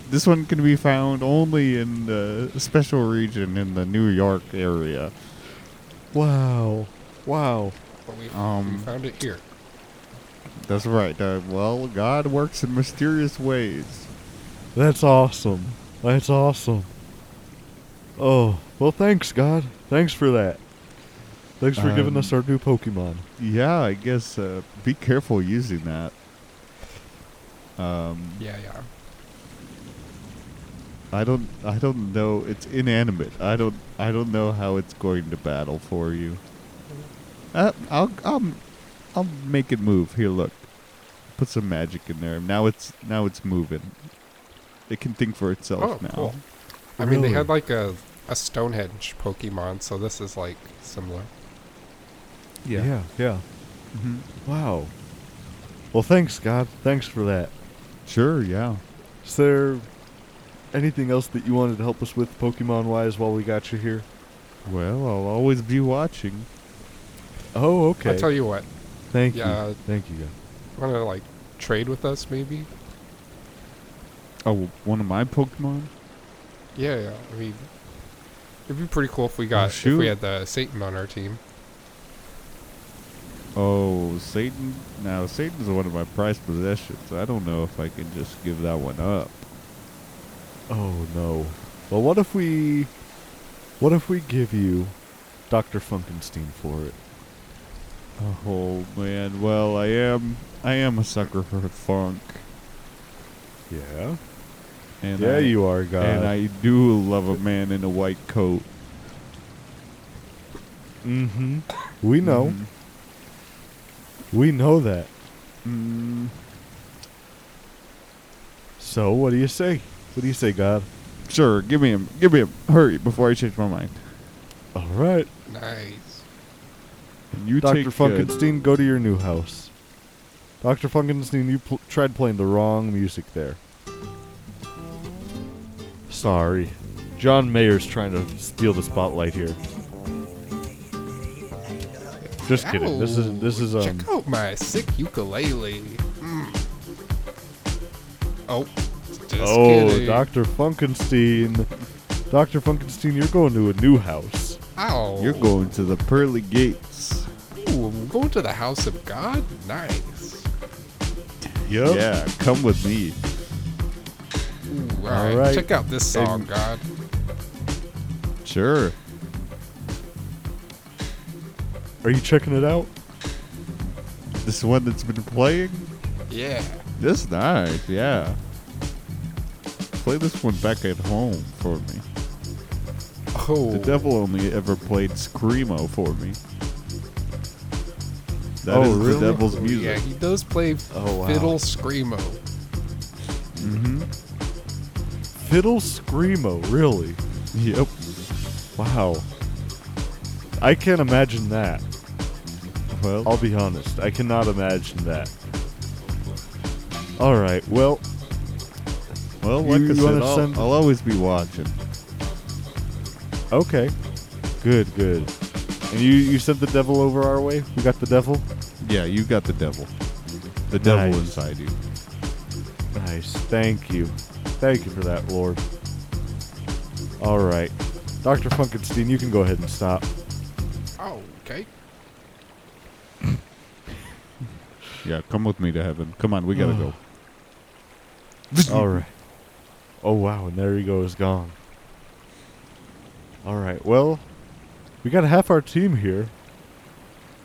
Speaker 4: this one can be found only in the special region in the New York area.
Speaker 1: Wow. Wow.
Speaker 2: But we, we
Speaker 4: Um,
Speaker 2: found it here.
Speaker 4: That's right. Uh, well, God works in mysterious ways.
Speaker 1: That's awesome. That's awesome. Oh, well thanks God. Thanks for that. Thanks for giving
Speaker 4: Um,
Speaker 1: us our new Pokemon.
Speaker 4: Yeah, I guess uh, be careful using that. Um,
Speaker 2: Yeah, yeah.
Speaker 4: I don't. I don't know. It's inanimate. I don't. I don't know how it's going to battle for you. Uh, I'll. I'll. I'll make it move. Here, look. Put some magic in there. Now it's. Now it's moving. It can think for itself
Speaker 2: Oh,
Speaker 4: now.
Speaker 2: cool. I mean, they
Speaker 1: Really?
Speaker 2: had like a, a Stonehenge Pokemon, so this is like similar.
Speaker 1: Yeah, yeah.
Speaker 4: Mhm.
Speaker 1: Wow. Well thanks God. Thanks for that.
Speaker 4: Sure. Yeah.
Speaker 1: Is there anything else that you wanted to help us with Pokemon wise while we got you here?
Speaker 4: Well, I'll always be watching.
Speaker 1: Oh, okay.
Speaker 2: I tell you what,
Speaker 1: Thank
Speaker 2: yeah.
Speaker 1: you. Thank you, God.
Speaker 2: want to like trade with us maybe?
Speaker 4: Oh, one of my Pokemon.
Speaker 2: Yeah, yeah. I mean, it'd be pretty cool if we got if
Speaker 4: shoot.
Speaker 2: we had the Satan on our team.
Speaker 4: Oh, Satan. Now Satan's one of my prized possessions. I don't know if I can just give that one up.
Speaker 1: Oh no. Well, what if we, what if we give you, Doctor Funkenstein for it?
Speaker 4: Oh man, well I am I am a sucker for funk.
Speaker 1: Yeah.
Speaker 4: And
Speaker 1: yeah,
Speaker 4: I,
Speaker 1: you are, God.
Speaker 4: and I do love a man in a white coat.
Speaker 1: mm-hmm. We know. We know that.
Speaker 4: Mm,
Speaker 1: So, what do you say? What do you say, God?
Speaker 4: sure, give me him. Give me him. Hurry before I change my mind.
Speaker 1: All right,
Speaker 2: Nice.
Speaker 4: And you
Speaker 1: Doctor
Speaker 4: take, uh,
Speaker 1: Funkenstein, go to your new house. Doctor Funkenstein, you pl- tried playing the wrong music there. Sorry. John Mayer's trying to steal the spotlight here. Just kidding. This is this is
Speaker 2: Ow,
Speaker 1: um.
Speaker 2: Check out my sick ukulele. Mm. Oh, just
Speaker 1: oh,
Speaker 2: kidding.
Speaker 1: Dr. Funkenstein. Dr. Funkenstein, you're going to a new house.
Speaker 2: Ow.
Speaker 4: you're going to the pearly gates.
Speaker 2: Ooh, I'm going to the house of God. Nice.
Speaker 1: Yep.
Speaker 4: Yeah, come with me.
Speaker 2: Ooh, all
Speaker 1: All
Speaker 2: right.
Speaker 1: right.
Speaker 2: Check out this song,
Speaker 4: And-
Speaker 2: God.
Speaker 4: Sure.
Speaker 1: Are you checking it out?
Speaker 4: This one that's been playing?
Speaker 2: Yeah.
Speaker 4: This nice, yeah. Play this one back at home for me.
Speaker 2: Oh.
Speaker 4: The devil only ever played Screamo for me. That
Speaker 1: Oh,
Speaker 4: is
Speaker 1: really?
Speaker 4: the devil's
Speaker 2: Ooh, Yeah,
Speaker 4: music.
Speaker 2: he does play
Speaker 1: Oh, wow.
Speaker 2: fiddle screamo.
Speaker 4: Mm-hmm.
Speaker 1: Fiddle Screamo, really?
Speaker 4: Yep.
Speaker 1: Wow. I can't imagine that.
Speaker 4: Well,
Speaker 1: I'll be honest. I cannot imagine that. All right. Well,
Speaker 4: well, like
Speaker 1: you
Speaker 4: I said,
Speaker 1: wanna
Speaker 4: I'll,
Speaker 1: send-
Speaker 4: I'll always be watching.
Speaker 1: okay. Good, good. And you you sent the devil over our way? We got the devil?
Speaker 4: Yeah, you got the devil. The devil
Speaker 1: Nice.
Speaker 4: inside you.
Speaker 1: Nice. Thank you. Thank you for that, Lord. All right. Dr. Funkenstein, you can go ahead and stop.
Speaker 2: All Oh, okay.
Speaker 4: Yeah, come with me to heaven. Come on, we gotta
Speaker 1: Hmm.
Speaker 4: go.
Speaker 1: All right. Oh wow, and there he goes, gone. All right. Well, we got half our team here.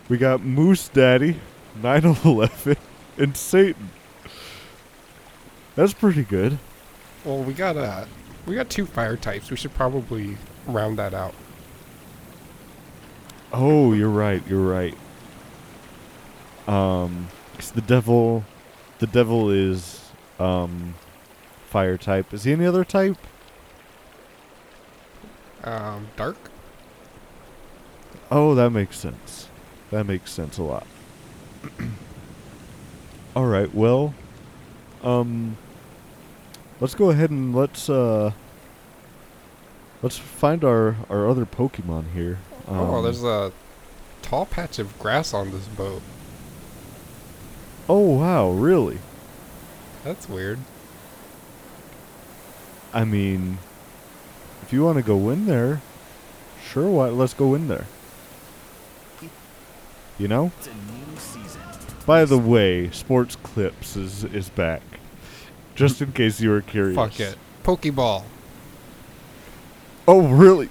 Speaker 1: We got Moose Daddy, *laughs* 911, and Satan. That's pretty good.
Speaker 2: Well, we got uh, we got two fire types. We should probably round that out.
Speaker 1: Oh, you're right. You're right. Um, 'cause the devil, the devil is um, fire type. Is he any other type?
Speaker 2: Um, dark.
Speaker 1: Oh, that makes sense. That makes sense a lot. *clears throat* All right. Well, um, let's go ahead and let's uh, let's find our our other Pokemon here. Um,
Speaker 2: oh, there's a tall patch of grass on this boat.
Speaker 1: oh wow, really?
Speaker 2: That's weird.
Speaker 1: I mean, if you want to go in there, sure. Why? Let's go in there. You know.
Speaker 5: It's a new season.
Speaker 1: By the way, Sports Clips is is back. Just in case you were curious.
Speaker 2: Fuck it. Pokeball.
Speaker 1: Oh, really?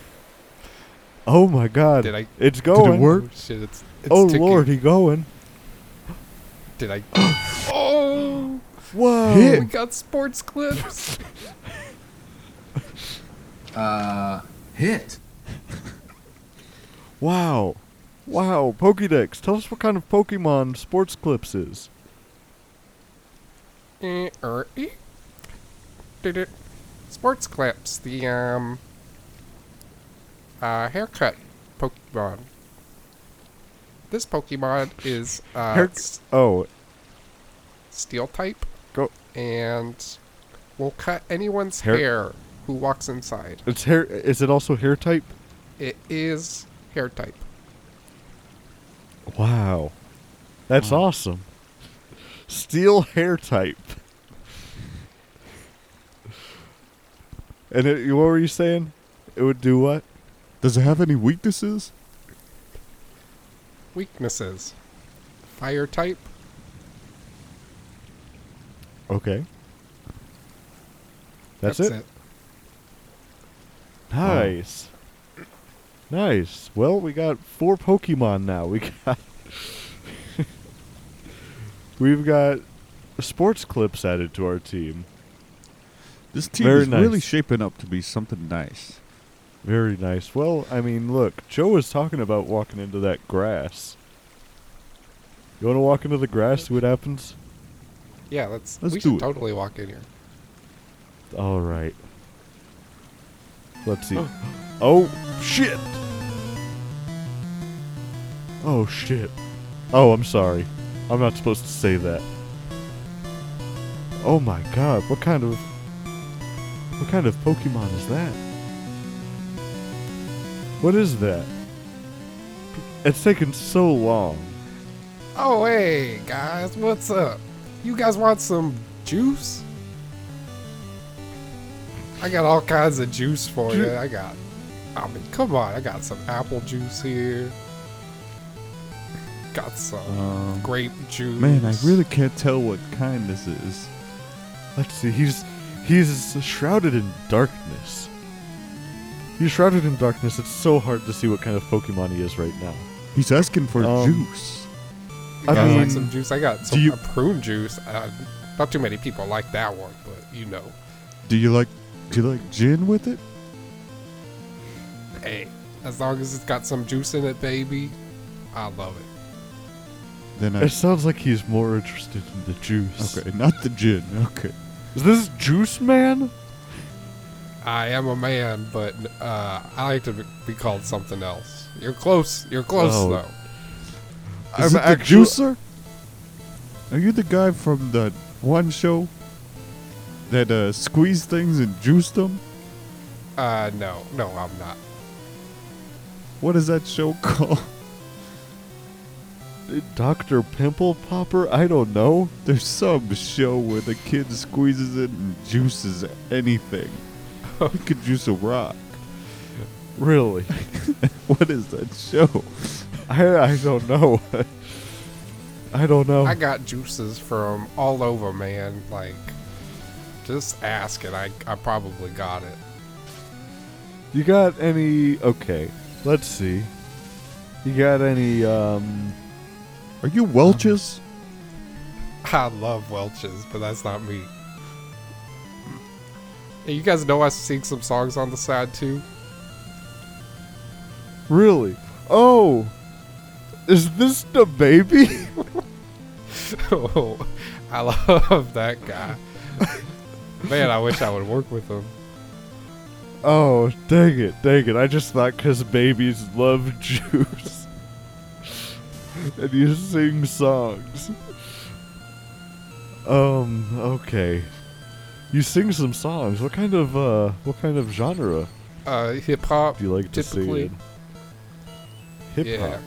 Speaker 1: *gasps* oh my God!
Speaker 2: Did I-
Speaker 1: It's going.
Speaker 2: Oh, shit, it's, it's
Speaker 1: oh
Speaker 2: ticking.
Speaker 1: Lord, he going.
Speaker 2: Did
Speaker 1: *gasps*
Speaker 2: I? oh,
Speaker 1: Whoa!
Speaker 2: we got sports
Speaker 1: *laughs*
Speaker 2: clips.
Speaker 5: Uh, hit.
Speaker 1: Wow! Wow! Pokédex, tell us what kind of Pokemon Sports Clips is.
Speaker 2: Eh, er, eh. Did it? Sports clips. The um. Uh, haircut Pokemon. This Pokemon is uh,
Speaker 1: Hairc-
Speaker 2: s-
Speaker 1: Oh,
Speaker 2: steel type
Speaker 1: go.
Speaker 2: and will cut anyone's
Speaker 1: Hair-
Speaker 2: hair who walks inside.
Speaker 1: It's hair. Is it also hair type?
Speaker 2: It is hair type.
Speaker 1: Wow, that's awesome. Steel hair type. And it, what were you saying? It would do what?
Speaker 4: Does it have any weaknesses?
Speaker 2: Weaknesses: fire type,
Speaker 1: Okay. That's, it? Nice. Nice. Well, we got four Pokemon now. We got *laughs* We've got sports clips added to our team.
Speaker 4: This team
Speaker 1: Very
Speaker 4: is really
Speaker 1: nice.
Speaker 4: shaping up to be something nice.
Speaker 1: Very nice. Well, I mean, look, Joe was talking about walking into that grass. You want to walk into the grass, see what happens?
Speaker 2: Yeah, let's.
Speaker 4: Let's
Speaker 2: we
Speaker 4: do
Speaker 2: should
Speaker 4: it.
Speaker 2: totally walk in here.
Speaker 1: All right. Let's see. oh shit. Oh shit. Oh, I'm sorry. I'm not supposed to say that. Oh my god, what kind of What kind of Pokemon is that? What is that? It's taken so long.
Speaker 2: Oh hey guys, what's up? You guys want some juice? I got all kinds of juice for you. I got. I mean, come on. I got some apple juice here. Got some
Speaker 4: Um,
Speaker 2: grape juice.
Speaker 4: Man, I really can't tell what kind this is.
Speaker 1: Let's see. He's he's shrouded in darkness. He's shrouded in darkness. It's so hard to see what kind of Pokemon he is right now.
Speaker 4: He's asking for
Speaker 1: Um,
Speaker 4: juice.
Speaker 2: You
Speaker 1: I
Speaker 2: guys
Speaker 1: mean,
Speaker 2: like some juice. I got some
Speaker 1: you-
Speaker 2: a prune juice. Uh, not too many people like that one, but you know,
Speaker 4: Do you like do you like gin with it?
Speaker 2: hey, as long as it's got some juice in it, baby, I love it.
Speaker 4: Then I
Speaker 1: It sounds like he's more interested in the juice.
Speaker 4: Okay, not the gin. Okay.
Speaker 1: Is this Juice Man?
Speaker 2: I am a man, but uh, I like to be- be called something else. You're close. You're close,
Speaker 1: Oh.
Speaker 2: though.
Speaker 4: Is it the
Speaker 1: actu-
Speaker 4: juicer? Are you the guy from the one show that uh, squeezed things and juiced them?
Speaker 2: Uh, no, no, I'm not.
Speaker 4: What is that show *laughs* called?
Speaker 1: Dr. Pimple Popper? I don't know.
Speaker 4: There's some show where the kid
Speaker 1: Oh.
Speaker 4: squeezes it and juices anything. You could juice a rock.
Speaker 1: Really?
Speaker 3: What is that show?
Speaker 1: I, I don't know. *laughs* I don't know.
Speaker 2: I got juices from all over, man. Like, just ask and I, I probably got it. *laughs*
Speaker 1: You got any? Okay, let's see. You got any? Um,
Speaker 4: Are you Welch's?
Speaker 2: I love Welch's, but that's not me. Hey, you guys know I sing some songs on the side too.
Speaker 1: really? Oh, is this the baby? *laughs*
Speaker 2: oh, *laughs* I love that
Speaker 1: *laughs*
Speaker 2: guy. Man, I wish I would work with him.
Speaker 1: oh, dang it, dang it! I just thought because babies love *laughs* juice, and you sing songs. Um. Okay. You sing some songs. What kind of uh? What kind of genre
Speaker 2: Uh, hip hop.
Speaker 1: do you like to sing?
Speaker 2: Typically.
Speaker 1: in? Hip hop.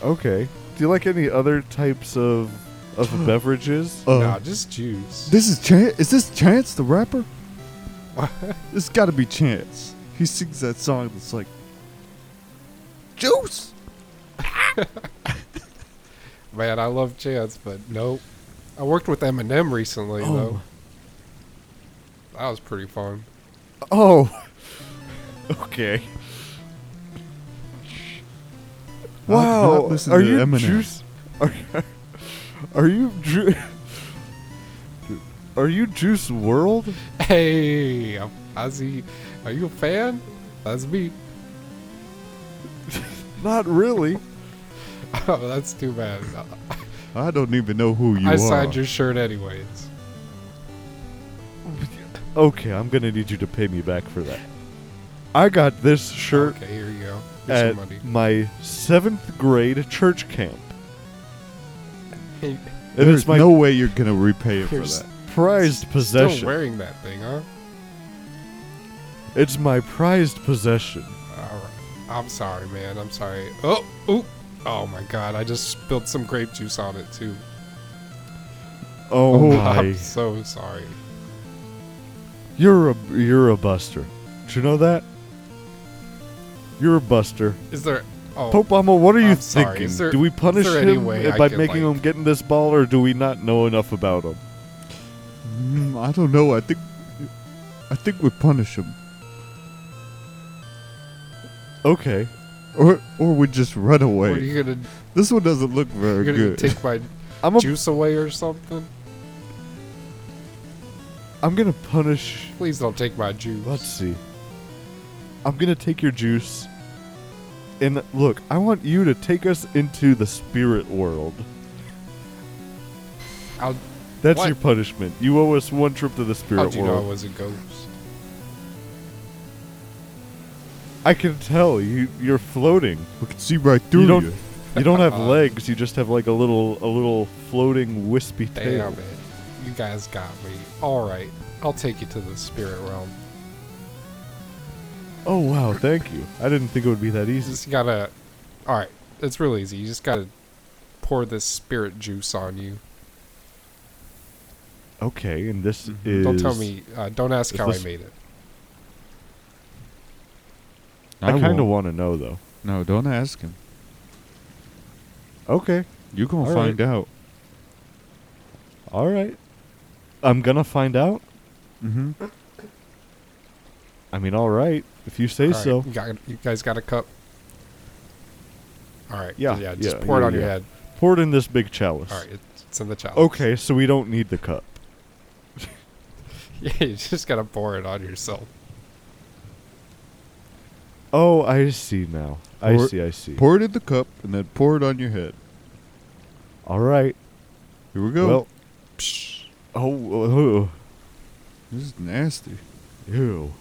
Speaker 2: Yeah.
Speaker 1: Okay. Do you like any other types of
Speaker 3: *gasps*
Speaker 1: of beverages?
Speaker 4: Uh,
Speaker 3: Oh.
Speaker 2: nah, just juice.
Speaker 4: This is Chance. Is this Chance the rapper?
Speaker 3: *laughs* It's got to be Chance. He sings that song that's like juice.
Speaker 2: Man, I love Chance, but nope. I worked with Eminem recently
Speaker 3: Oh.
Speaker 2: though. That was pretty fun.
Speaker 1: Oh. *laughs* Okay.
Speaker 3: not
Speaker 1: Wow.
Speaker 3: listen
Speaker 1: Are
Speaker 3: to
Speaker 1: you
Speaker 3: Eminem.
Speaker 1: juice? Are, *laughs* are you ju- *laughs* Are you Juice World?
Speaker 2: Hey, I- I see. Are you a fan? That's me. *laughs*
Speaker 1: Not really.
Speaker 2: Oh, that's too bad.
Speaker 3: I don't even know who you
Speaker 2: I
Speaker 3: are.
Speaker 2: signed your shirt anyways.
Speaker 1: Okay, I'm gonna need you to pay me back for that. I got this shirt
Speaker 2: Okay, here you go. Here's
Speaker 1: at
Speaker 2: your money.
Speaker 1: my seventh grade church camp.
Speaker 2: Hey,
Speaker 1: It
Speaker 3: There's
Speaker 1: is my
Speaker 3: no way you're gonna repay it for
Speaker 2: Here's-
Speaker 3: that.
Speaker 1: prized
Speaker 2: still
Speaker 1: possession.
Speaker 2: wearing that thing, huh?
Speaker 1: It's my prized possession.
Speaker 2: All right. I'm sorry, man. I'm sorry. Oh, oop. Oh my God! I just spilled some grape juice on it too.
Speaker 1: Oh,
Speaker 2: I'm
Speaker 1: my!
Speaker 2: *laughs* so sorry.
Speaker 1: You're a you're a buster. Did you know that? You're a buster,
Speaker 2: Is there? Oh,
Speaker 1: Pope Mama. What are you
Speaker 2: I'm sorry,
Speaker 1: thinking?
Speaker 2: is there-
Speaker 1: do we
Speaker 2: is
Speaker 1: punish
Speaker 2: there any
Speaker 1: him
Speaker 2: way I
Speaker 1: by
Speaker 2: could,
Speaker 1: making
Speaker 2: like-
Speaker 1: him get in this ball, or do we not know enough about him?
Speaker 3: Mm, I don't know. I think I think we punish him,
Speaker 1: Okay.
Speaker 3: or or we just run away.
Speaker 2: what are you gonna?
Speaker 3: this one doesn't look
Speaker 2: You're
Speaker 3: very
Speaker 2: gonna
Speaker 3: good.
Speaker 2: take
Speaker 1: *laughs*
Speaker 2: my
Speaker 1: I'm a,
Speaker 2: juice away or something?
Speaker 1: I'm gonna punish.
Speaker 2: Please don't take my juice.
Speaker 1: Let's see. I'm gonna take your juice. And look, I want you to take us into the spirit world.
Speaker 2: How,
Speaker 1: That's
Speaker 2: What?
Speaker 1: your punishment. You owe us one trip to the spirit
Speaker 2: how'd you know
Speaker 1: world.
Speaker 2: I was a ghost?
Speaker 1: I can tell you you're floating.
Speaker 3: we can see right
Speaker 1: You
Speaker 3: through
Speaker 1: don't
Speaker 3: you.
Speaker 1: you
Speaker 2: *laughs*
Speaker 1: don't have
Speaker 2: Uh,
Speaker 1: legs, you just have like a little a little floating wispy tail.
Speaker 2: Damn it! You guys got me. All right, I'll take you to the spirit realm.
Speaker 1: Oh wow, thank you. I didn't think it would be that
Speaker 2: You
Speaker 1: easy.
Speaker 2: just gotta. All right, it's real easy. You just gotta pour this spirit juice on you.
Speaker 1: Okay, and this is
Speaker 2: Mm-hmm. don't tell me. Uh, don't ask
Speaker 1: is
Speaker 2: how I
Speaker 1: this-
Speaker 2: made it.
Speaker 1: I kind of
Speaker 3: won't.
Speaker 1: want to know though.
Speaker 3: No, don't ask him.
Speaker 1: Okay.
Speaker 3: You gonna
Speaker 1: All right.
Speaker 3: find out.
Speaker 1: All right. I'm going to find out.
Speaker 3: Mm-hmm.
Speaker 1: I mean, all right, if you say
Speaker 2: All right,
Speaker 1: so.
Speaker 2: You, got, you guys got a cup. All right.
Speaker 1: Yeah,
Speaker 2: Yeah. Just
Speaker 1: yeah,
Speaker 2: pour it
Speaker 1: yeah,
Speaker 2: on your
Speaker 1: yeah.
Speaker 2: head.
Speaker 1: Pour it in this big chalice.
Speaker 2: All right. It's, it's in the chalice.
Speaker 1: Okay, so we don't need the cup.
Speaker 2: yeah, *laughs* you just gotta pour it on yourself.
Speaker 1: Oh, I see now. I
Speaker 3: Pour-
Speaker 1: see, I see.
Speaker 3: Pour it in the cup and then pour it on your head.
Speaker 1: All right.
Speaker 3: Here we go.
Speaker 1: Well,
Speaker 2: Psh,
Speaker 1: oh, oh,
Speaker 3: this is nasty.
Speaker 1: oh, ew.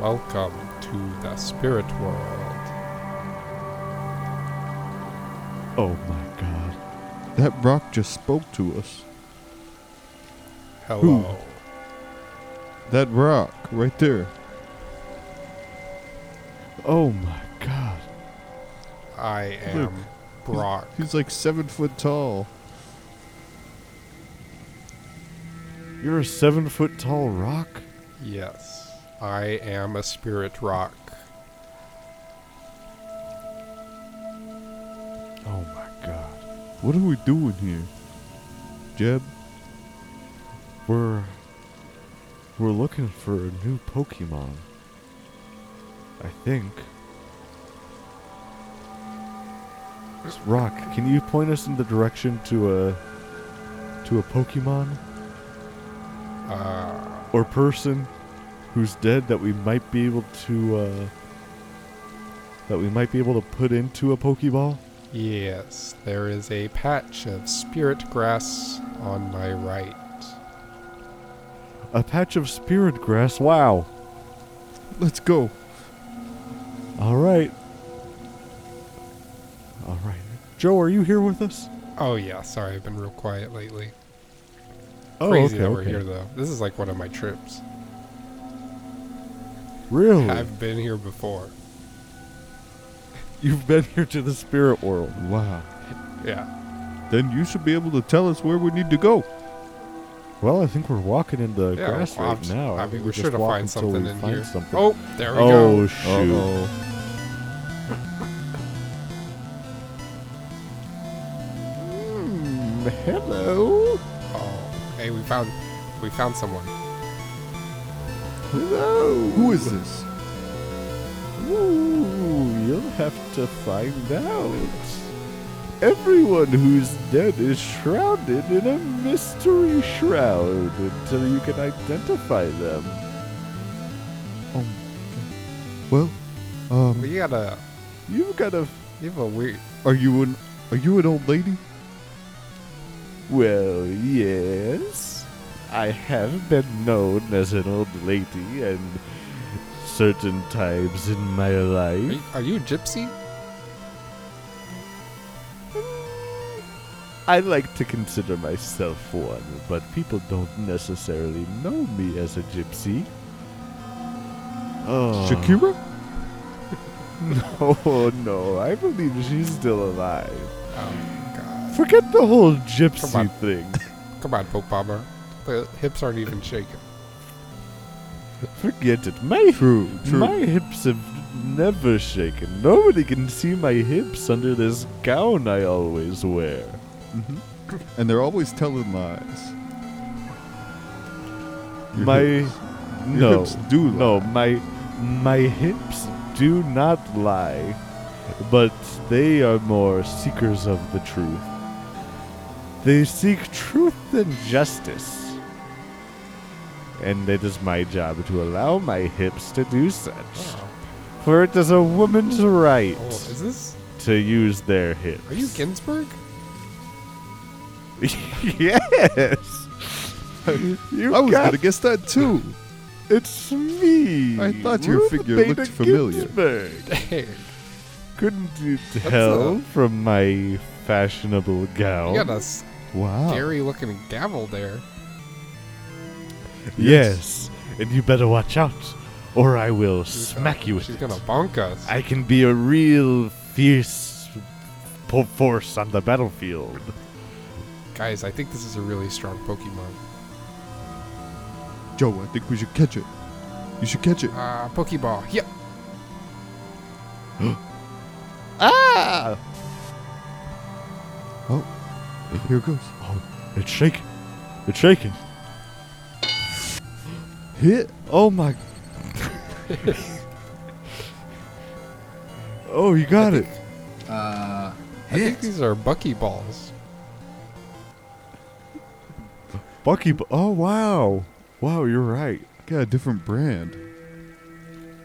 Speaker 2: welcome to the spirit world.
Speaker 1: Oh my god.
Speaker 3: That rock just spoke to us.
Speaker 2: Hello.
Speaker 3: That rock right there.
Speaker 1: Oh my god.
Speaker 2: I am Brock.
Speaker 4: He's like seven foot tall.
Speaker 1: You're a seven foot tall rock?
Speaker 2: Yes. I am a spirit rock.
Speaker 1: Oh my god.
Speaker 4: What are we doing here? Jeb?
Speaker 1: We're. We're looking for a new Pokemon. I think. This Rock, can you point us in the direction to a. to a Pokemon?
Speaker 2: Uh,
Speaker 1: or person who's dead that we might be able to uh, that we might be able to put into a pokeball
Speaker 2: yes, there is a patch of spirit grass on my right.
Speaker 1: a patch of spirit grass wow
Speaker 4: Let's go.
Speaker 1: all right all right joe are you here with us
Speaker 2: Oh, yeah, sorry, I've been real quiet lately.
Speaker 1: oh
Speaker 2: Crazy
Speaker 1: okay,
Speaker 2: that we're
Speaker 1: okay.
Speaker 2: here, though. This is like one of my trips.
Speaker 1: really
Speaker 2: I've been here before.
Speaker 1: you've been here to the spirit world
Speaker 4: Wow.
Speaker 2: Yeah.
Speaker 4: Then you should be able to tell us where we need to go.
Speaker 1: well i think we're walking in the
Speaker 2: yeah,
Speaker 1: grass
Speaker 2: well,
Speaker 1: right
Speaker 2: I'm s-
Speaker 1: now
Speaker 2: I mean,
Speaker 1: we're
Speaker 2: we're sure
Speaker 1: just
Speaker 2: to find
Speaker 1: walking till
Speaker 2: something
Speaker 1: we
Speaker 2: in
Speaker 1: find
Speaker 2: here.
Speaker 1: something
Speaker 2: Oh, there we go.
Speaker 1: oh shoot
Speaker 2: Hmm,
Speaker 4: Hello.
Speaker 2: Oh, hey, we found, we found someone.
Speaker 4: Hello. Who is this?
Speaker 1: Ooh, you'll have to find out. Everyone who's dead is shrouded in a mystery shroud until you can identify them.
Speaker 4: Well, um,
Speaker 2: You got a,
Speaker 1: You've got a.
Speaker 2: you have a weird.
Speaker 4: are you an are you an old lady?
Speaker 1: Well, yes. I have been known as an old lady and certain times in my
Speaker 2: Are
Speaker 1: life.
Speaker 2: you, are you a gypsy?
Speaker 1: I like to consider myself one, but people don't necessarily know me as a gypsy.
Speaker 3: Uh.
Speaker 1: Oh.
Speaker 4: Shakira?
Speaker 1: *laughs* Oh no, I believe she's still alive.
Speaker 2: Oh God!
Speaker 1: Forget the whole
Speaker 2: Come on.
Speaker 1: gypsy thing. *laughs*
Speaker 2: Come on, Pope Bomber. The hips aren't even shaking.
Speaker 1: Forget it. My
Speaker 4: True, true.
Speaker 1: my hips have never shaken. Nobody can see my hips under this gown I always wear.
Speaker 4: And they're always telling
Speaker 3: *laughs*
Speaker 4: lies.
Speaker 1: *laughs*
Speaker 4: Your
Speaker 1: my
Speaker 4: hips.
Speaker 1: no
Speaker 4: hips do
Speaker 1: no
Speaker 4: lie.
Speaker 1: my my hips do not lie, but they are more seekers of the truth. They seek truth and justice, and it is my job to allow my hips to do such.
Speaker 2: Oh,
Speaker 1: For it is a woman's right
Speaker 2: oh, is this?
Speaker 1: to use their hips.
Speaker 2: Are you Ginsburg?
Speaker 1: *laughs*
Speaker 2: *laughs*
Speaker 1: yes.
Speaker 4: *laughs*
Speaker 1: you
Speaker 4: I was
Speaker 1: got
Speaker 4: gonna guess that too.
Speaker 1: It's me.
Speaker 4: I thought your
Speaker 1: Ruth
Speaker 4: figure looked
Speaker 1: Bader
Speaker 4: familiar.
Speaker 1: Ginsburg.
Speaker 2: Dang!
Speaker 1: Couldn't you tell
Speaker 2: up?
Speaker 1: from my fashionable
Speaker 2: You
Speaker 1: gown?
Speaker 2: got a s-
Speaker 1: Oh.
Speaker 4: Wow.
Speaker 2: scary-looking gavel there.
Speaker 1: yes. and you better watch out, or I will smack you with
Speaker 2: She's
Speaker 1: it.
Speaker 2: gonna bonk us.
Speaker 1: I can be a real fierce po- force on the battlefield.
Speaker 2: Guys, I think this is a really strong Pokemon.
Speaker 4: Joe, I think we should catch it. You should catch it.
Speaker 2: Uh, Pokeball. Yep.
Speaker 1: Ah!
Speaker 4: Oh, Here goes.
Speaker 1: It's shaking. It's shaking.
Speaker 4: Hit.
Speaker 1: Oh my. *laughs* oh, you got it.
Speaker 5: Uh,
Speaker 2: I think
Speaker 5: hit.
Speaker 2: these are Bucky balls.
Speaker 1: Bucky. B- Oh, wow. Wow, you're right.
Speaker 4: Got a different brand.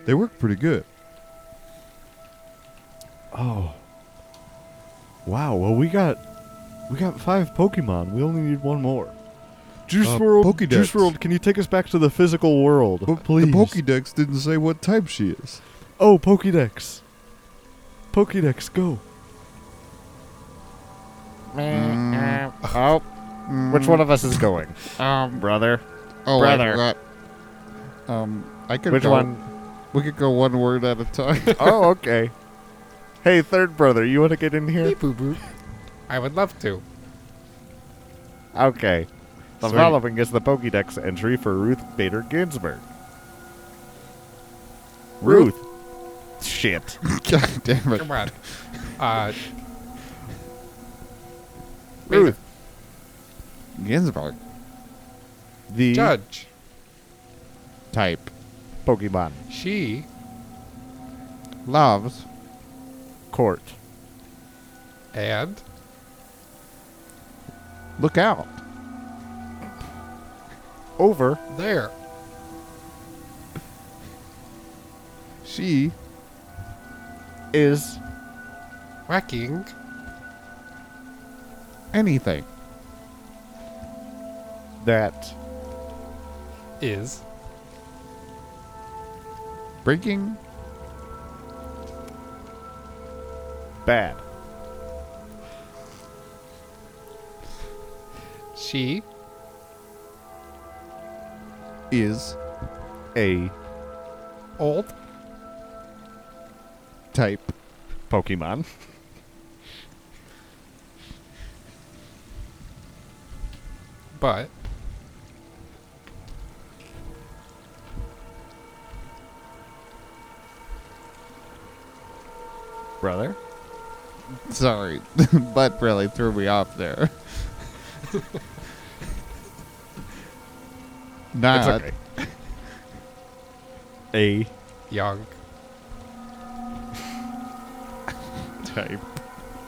Speaker 4: They work pretty good.
Speaker 1: Oh. Wow. Well, we got we got five Pokemon. We only need one more. Juice
Speaker 4: Uh,
Speaker 1: World.
Speaker 4: Pokedex.
Speaker 1: Juice World. Can you take us back to the physical world,
Speaker 4: But
Speaker 1: please?
Speaker 4: the Pokédex didn't say what type she is.
Speaker 1: oh, Pokedex. Pokedex, go. Uh,
Speaker 6: Oh, which one of us is going? Um, brother.
Speaker 3: Oh,
Speaker 6: Brother.
Speaker 3: um, I could
Speaker 6: Which
Speaker 3: go.
Speaker 6: one?
Speaker 3: We could go one word at a time.
Speaker 6: *laughs* oh, okay. Hey, third brother, you want to get in here?
Speaker 2: Beep boop boop. I would love to.
Speaker 6: Okay. The
Speaker 3: Sorry.
Speaker 6: following is the Pokédex entry for Ruth Bader Ginsburg. Ruth. *laughs* Shit.
Speaker 3: *laughs* God damn it.
Speaker 2: Come
Speaker 1: *laughs*
Speaker 2: on. Uh,
Speaker 6: Ruth.
Speaker 3: Ginsburg.
Speaker 1: E?
Speaker 6: The
Speaker 2: judge.
Speaker 3: Type.
Speaker 6: Pokemon
Speaker 2: She
Speaker 3: Loves.
Speaker 6: court.
Speaker 2: and
Speaker 3: Look out.
Speaker 6: Over.
Speaker 2: there.
Speaker 3: She
Speaker 6: Is.
Speaker 2: Whacking.
Speaker 3: anything.
Speaker 6: That.
Speaker 2: is
Speaker 3: Breaking
Speaker 6: Bad.
Speaker 2: she
Speaker 3: is
Speaker 6: A.
Speaker 2: old
Speaker 3: type.
Speaker 6: Pokemon. *laughs*
Speaker 2: but
Speaker 6: Brother.
Speaker 3: Sorry. *laughs* but really threw me
Speaker 6: *laughs*
Speaker 3: off there.
Speaker 6: It's
Speaker 3: Not
Speaker 6: okay. A.
Speaker 2: young
Speaker 3: type.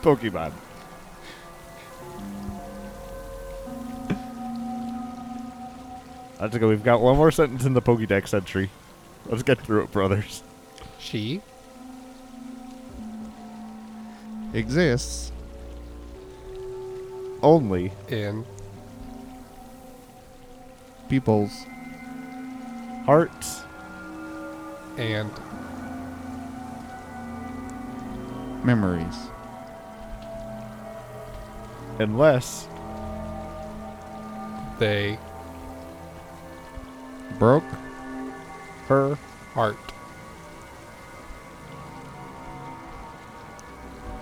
Speaker 6: Pokemon. Let's go. We've got one more sentence in the Pokédex entry. Let's get through it, brothers.
Speaker 2: she
Speaker 3: Exists
Speaker 6: Only
Speaker 2: in
Speaker 3: people's
Speaker 6: hearts
Speaker 2: and
Speaker 3: memories.
Speaker 6: unless
Speaker 2: they
Speaker 3: Broke
Speaker 6: her
Speaker 1: *laughs*
Speaker 2: art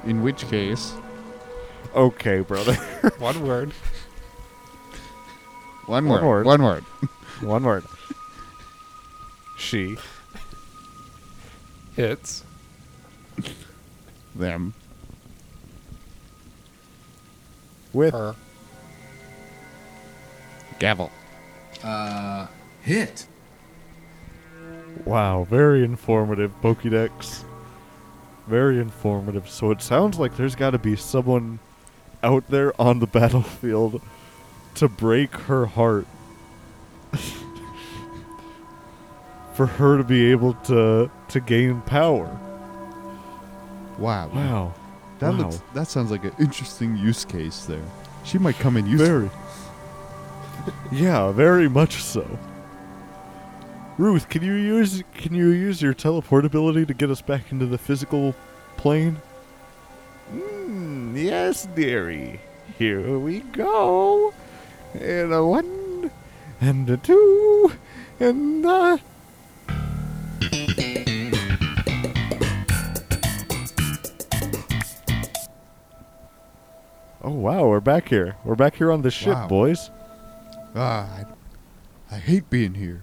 Speaker 3: in which case
Speaker 6: okay, brother. *laughs*
Speaker 2: one word
Speaker 3: one,
Speaker 6: One word.
Speaker 3: word, One word. *laughs*
Speaker 6: One word. She
Speaker 2: it's
Speaker 3: Them.
Speaker 6: with
Speaker 2: her
Speaker 3: Gavel.
Speaker 5: Uh, hit.
Speaker 1: Wow, very informative Pokédex. Very informative. So it sounds like there's got to be someone out there on the *laughs* battlefield to break her heart. *laughs* For her to be able to to gain power.
Speaker 4: Wow.
Speaker 1: Wow.
Speaker 4: That
Speaker 1: wow.
Speaker 4: looks. That sounds like an interesting use case there. She might come in use.
Speaker 1: very. yeah, very much so. Ruth, can you use can you use your teleportability to get us back into the physical plane?
Speaker 6: Mm, yes, dearie. Here we go. And a one, and a two, and a.
Speaker 1: Oh wow, we're back here. We're back here on the ship,
Speaker 4: Wow.
Speaker 1: boys.
Speaker 4: Ah, I, I hate being here.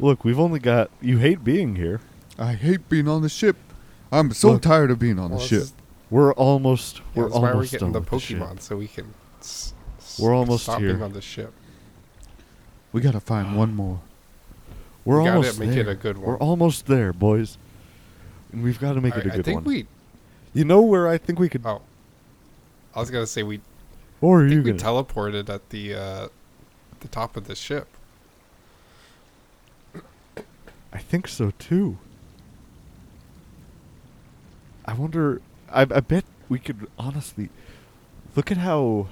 Speaker 1: Look, we've only got you hate being here.
Speaker 4: I hate being on the ship. I'm so
Speaker 1: Look.
Speaker 4: tired of being on
Speaker 2: Well,
Speaker 4: the
Speaker 2: this
Speaker 4: ship.
Speaker 2: is-
Speaker 1: We're almost we're
Speaker 2: that's
Speaker 1: almost
Speaker 2: why we're getting
Speaker 1: done
Speaker 2: the
Speaker 1: with the ship.
Speaker 2: Pokemon so we can s- s-
Speaker 1: We're almost
Speaker 2: stop
Speaker 1: here.
Speaker 2: being on the ship.
Speaker 4: We gotta find one more.
Speaker 1: We're
Speaker 2: We gotta
Speaker 1: almost
Speaker 2: make it
Speaker 1: there.
Speaker 2: a good
Speaker 1: We're
Speaker 2: one.
Speaker 1: almost there, boys. And we've got to make
Speaker 2: All
Speaker 1: it a
Speaker 2: right,
Speaker 1: good
Speaker 2: I think
Speaker 1: one.
Speaker 2: we.
Speaker 1: you know where I think we could
Speaker 2: Oh, I was gonna say we.
Speaker 1: or are
Speaker 2: I
Speaker 1: you
Speaker 2: think we
Speaker 1: going to
Speaker 2: teleported at the uh, the top of the ship.
Speaker 1: I think so too. I wonder. I, I bet we could honestly look at how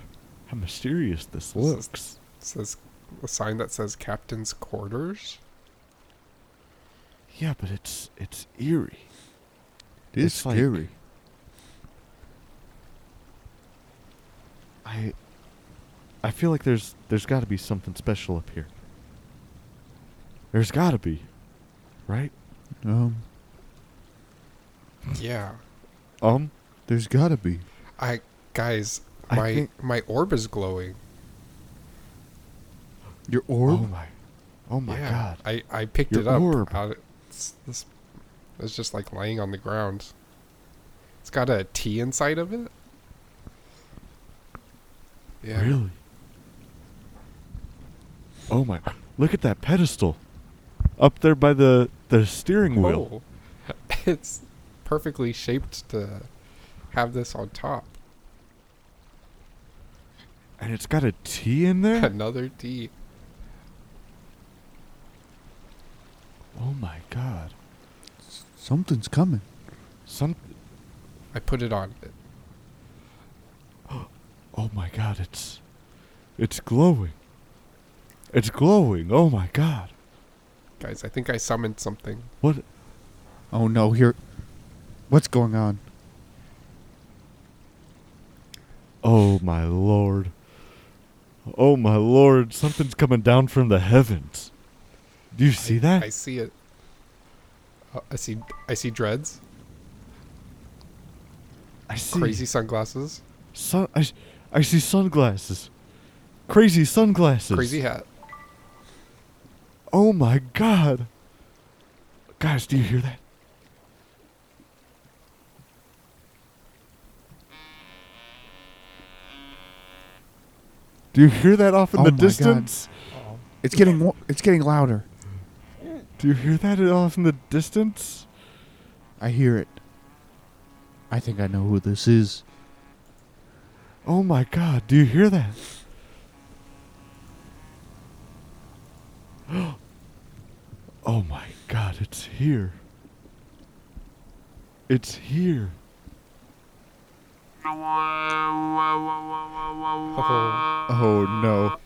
Speaker 1: how mysterious this
Speaker 2: This is-
Speaker 1: looks.
Speaker 2: says a sign that says captain's quarters.
Speaker 1: Yeah, but it's it's eerie.
Speaker 4: It is
Speaker 1: It's like-
Speaker 4: scary.
Speaker 1: I I feel like there's there's got to be something special up here. There's gotta be, right?
Speaker 4: Um,
Speaker 2: Yeah.
Speaker 1: Um,
Speaker 4: there's gotta be.
Speaker 2: I guys,
Speaker 1: I
Speaker 2: my
Speaker 1: think-
Speaker 2: my orb is glowing.
Speaker 4: Your
Speaker 1: oh
Speaker 4: orb?
Speaker 1: my, oh my
Speaker 2: yeah.
Speaker 1: god.
Speaker 2: I I picked
Speaker 1: Your
Speaker 2: it up.
Speaker 1: orb.
Speaker 2: out of- it's, it's, it's just like laying on the ground. It's got a T inside of it. Yeah.
Speaker 1: Really? Oh my! Look at that pedestal, up there by the the steering wheel.
Speaker 2: Oh. *laughs* It's perfectly shaped to have this on top.
Speaker 1: And it's got a T in there?
Speaker 2: Another T.
Speaker 1: oh my god.
Speaker 4: Something's coming.
Speaker 1: Some
Speaker 2: I put it on.
Speaker 1: Oh my god, it's it's glowing. It's glowing. Oh my god.
Speaker 2: Guys, I think I summoned something.
Speaker 1: What
Speaker 4: Oh no, here. What's going on?
Speaker 1: Oh my lord. Oh my lord, something's coming down from the heavens. Do you see that?
Speaker 2: I see it. Uh, I see I see dreads,
Speaker 1: I see
Speaker 2: crazy sunglasses,
Speaker 1: sun I, s- I see sunglasses. Crazy sunglasses.
Speaker 2: crazy hat.
Speaker 1: Oh my god. Guys, do you hear that? Do you hear that off in
Speaker 4: Oh
Speaker 1: the
Speaker 4: my God.
Speaker 1: distance?
Speaker 4: It's getting wa- it's getting louder.
Speaker 1: Do you hear that off in the distance?
Speaker 4: I hear it. I think I know who this is.
Speaker 1: Oh my god, do you hear that? *gasps* oh my god, it's here. It's here.
Speaker 2: Oh,
Speaker 4: Oh no.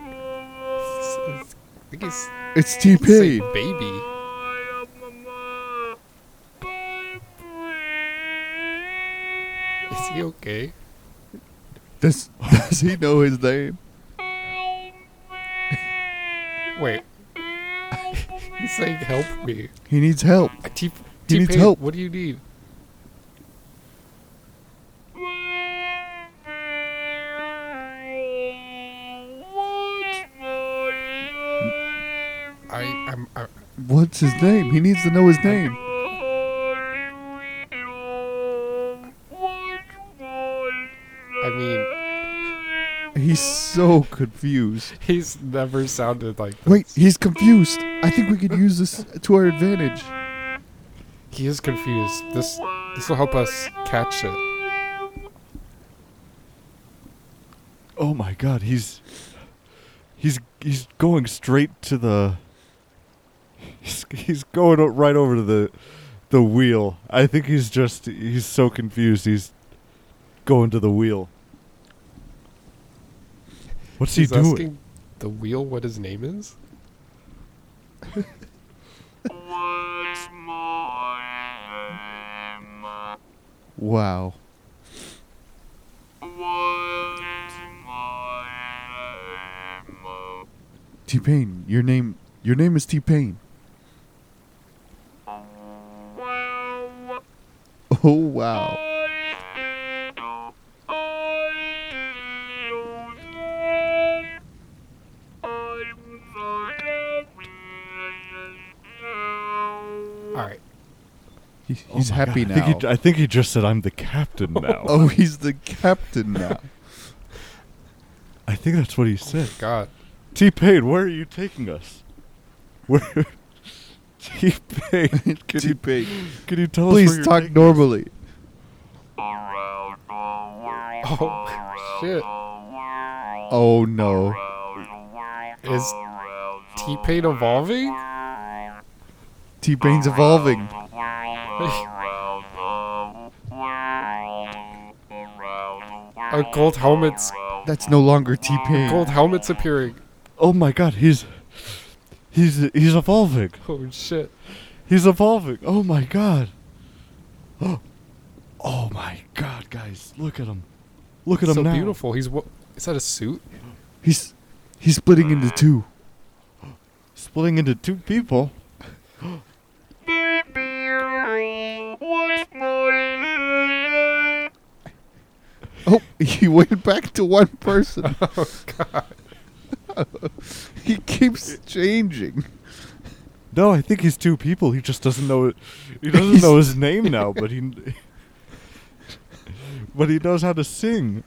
Speaker 2: it's, it's, I think it's
Speaker 4: It's T
Speaker 2: say
Speaker 4: Pain.
Speaker 2: baby. Is he okay?
Speaker 4: Does does he know his name?
Speaker 2: Wait. *laughs* He's saying help me.
Speaker 4: He needs help.
Speaker 2: Uh, T-
Speaker 4: He
Speaker 2: T-Pain,
Speaker 4: needs help.
Speaker 2: what do you need? I, I'm, I,
Speaker 4: What's his name? He needs to know his name.
Speaker 2: I mean,
Speaker 4: He's so confused.
Speaker 2: he's never sounded like this.
Speaker 4: Wait, he's confused. I think we could use this to our advantage.
Speaker 2: He is confused. This this will help us catch it.
Speaker 1: Oh my god, he's he's he's going straight to the he's, he's going o- right over to the the wheel. I think he's just he's so confused. He's going to the wheel. What's
Speaker 2: He's
Speaker 1: he doing?
Speaker 2: asking the wheel what his name is.
Speaker 4: Wow. T Pain, your name your name is T Pain. Oh wow.
Speaker 2: All right,
Speaker 4: He,
Speaker 1: Oh
Speaker 4: he's
Speaker 1: my
Speaker 4: happy
Speaker 1: God, I
Speaker 4: now.
Speaker 1: think, he, I think he just said I'm the captain now.
Speaker 4: oh, he's the captain now.
Speaker 1: I think that's what he
Speaker 4: Oh
Speaker 1: said.
Speaker 2: God, *laughs*
Speaker 1: T Pain, where are you taking us? Where *laughs* T
Speaker 4: *laughs*
Speaker 1: Pain, can
Speaker 4: T
Speaker 1: you
Speaker 4: Pain.
Speaker 1: can you tell us where
Speaker 4: Please
Speaker 1: you're
Speaker 4: talk normally.
Speaker 2: oh shit,
Speaker 4: Oh no.
Speaker 2: is T Pain evolving? *laughs*
Speaker 4: T Pain's
Speaker 1: Ah.
Speaker 4: evolving.
Speaker 2: Our gold helmets,
Speaker 4: That's no longer T Pain.
Speaker 2: gold helmets appearing.
Speaker 1: Oh my god, he's he's he's evolving.
Speaker 2: Oh shit,
Speaker 1: He's evolving. Oh my *gasps* god. Oh my god, guys, look at him. Look at him
Speaker 2: so
Speaker 1: now.
Speaker 2: beautiful. He's what? Is that a suit?
Speaker 4: He's he's splitting into two.
Speaker 1: *gasps* Splitting into two people.
Speaker 4: Oh, he went back to one person. oh God! *laughs* he keeps changing.
Speaker 1: No, I think he's two people. He just doesn't know it.
Speaker 2: *laughs*
Speaker 1: He doesn't know his name now, but he. *laughs* but he knows how to sing.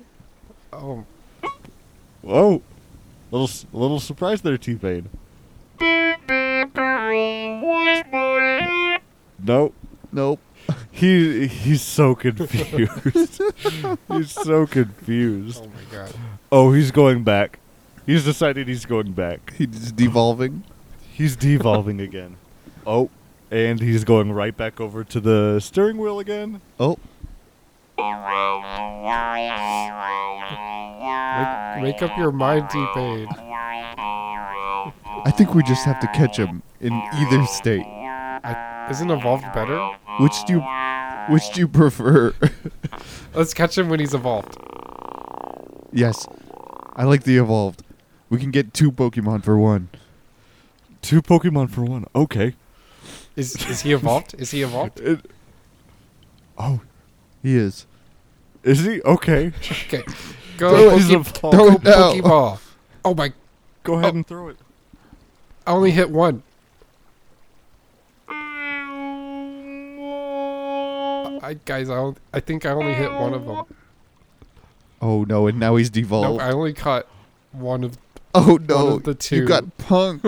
Speaker 2: Oh,
Speaker 1: Whoa! Little s- little surprise there, T Pain. No,
Speaker 4: Nope.
Speaker 1: he he's so confused. *laughs* he's so
Speaker 2: oh
Speaker 1: confused.
Speaker 2: my God.
Speaker 1: Oh, he's going back. He's decided he's going back.
Speaker 4: He's devolving.
Speaker 1: He's devolving again. Oh, and he's going right back over to the steering wheel again.
Speaker 4: Oh,
Speaker 2: Make, make up your mind, T Pain.
Speaker 4: I think we just have to catch him in either state.
Speaker 2: Isn't evolved better?
Speaker 4: Which do you, which do you prefer? *laughs*
Speaker 2: Let's catch him when he's evolved.
Speaker 4: yes, I like the evolved. We can get two Pokemon for one.
Speaker 1: Two Pokemon for one. Okay.
Speaker 2: Is is he evolved? Is he
Speaker 1: *laughs*
Speaker 2: evolved?
Speaker 4: He is.
Speaker 1: Is he okay?
Speaker 2: Okay. Go
Speaker 1: Throw his
Speaker 2: Poke-
Speaker 1: evolved.
Speaker 2: go
Speaker 4: Throw it now.
Speaker 2: Pokeball. Oh my!
Speaker 1: Go ahead and throw it.
Speaker 2: I only hit one. I guys, I don't- I think I only hit one of them.
Speaker 4: Oh no! And now he's devolved.
Speaker 2: No, I only caught one of.
Speaker 4: *laughs*
Speaker 2: *laughs*
Speaker 4: oh no!
Speaker 2: of the two.
Speaker 4: You got Punk.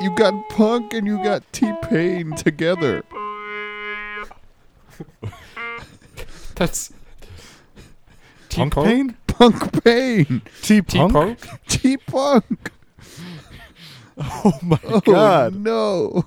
Speaker 4: you got Punk and you got T Pain together.
Speaker 2: That's.
Speaker 1: Punk
Speaker 2: T-Punk?
Speaker 1: pain?
Speaker 4: Punk Pain.
Speaker 1: T punk?
Speaker 2: T-Punk?
Speaker 4: T Punk.
Speaker 1: Oh my
Speaker 4: Oh
Speaker 1: god.
Speaker 4: no!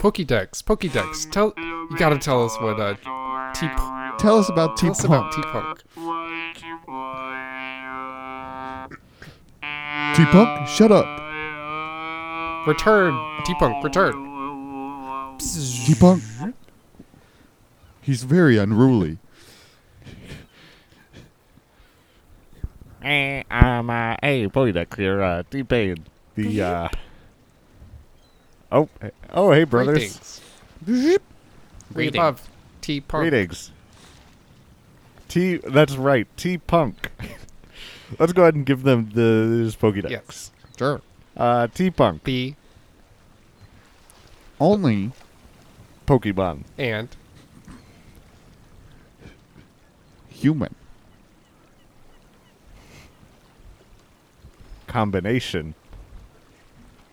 Speaker 2: Pokédex, Pokédex. Tell you gotta tell us what uh, T.
Speaker 4: Tell us about T
Speaker 2: Tell us about
Speaker 4: Punk.
Speaker 2: T-Punk.
Speaker 4: T Punk, shut up.
Speaker 2: Return, T-Punk, return.
Speaker 4: T Punk. He's very unruly.
Speaker 6: Hey, um, uh, hey, Polydeck here, uh, T-Pain. The, uh... Oh, hey- oh, hey, brothers.
Speaker 2: Greetings. We
Speaker 6: Greetings.
Speaker 2: love T-Punk.
Speaker 6: Greetings. T, that's right, T-Punk. *laughs* Let's go ahead and give them the this Pokédex.
Speaker 2: Yes. Sure.
Speaker 6: Uh, T-Punk,
Speaker 2: B
Speaker 4: Only
Speaker 6: Pokemon.
Speaker 2: and
Speaker 4: human.
Speaker 6: Combination.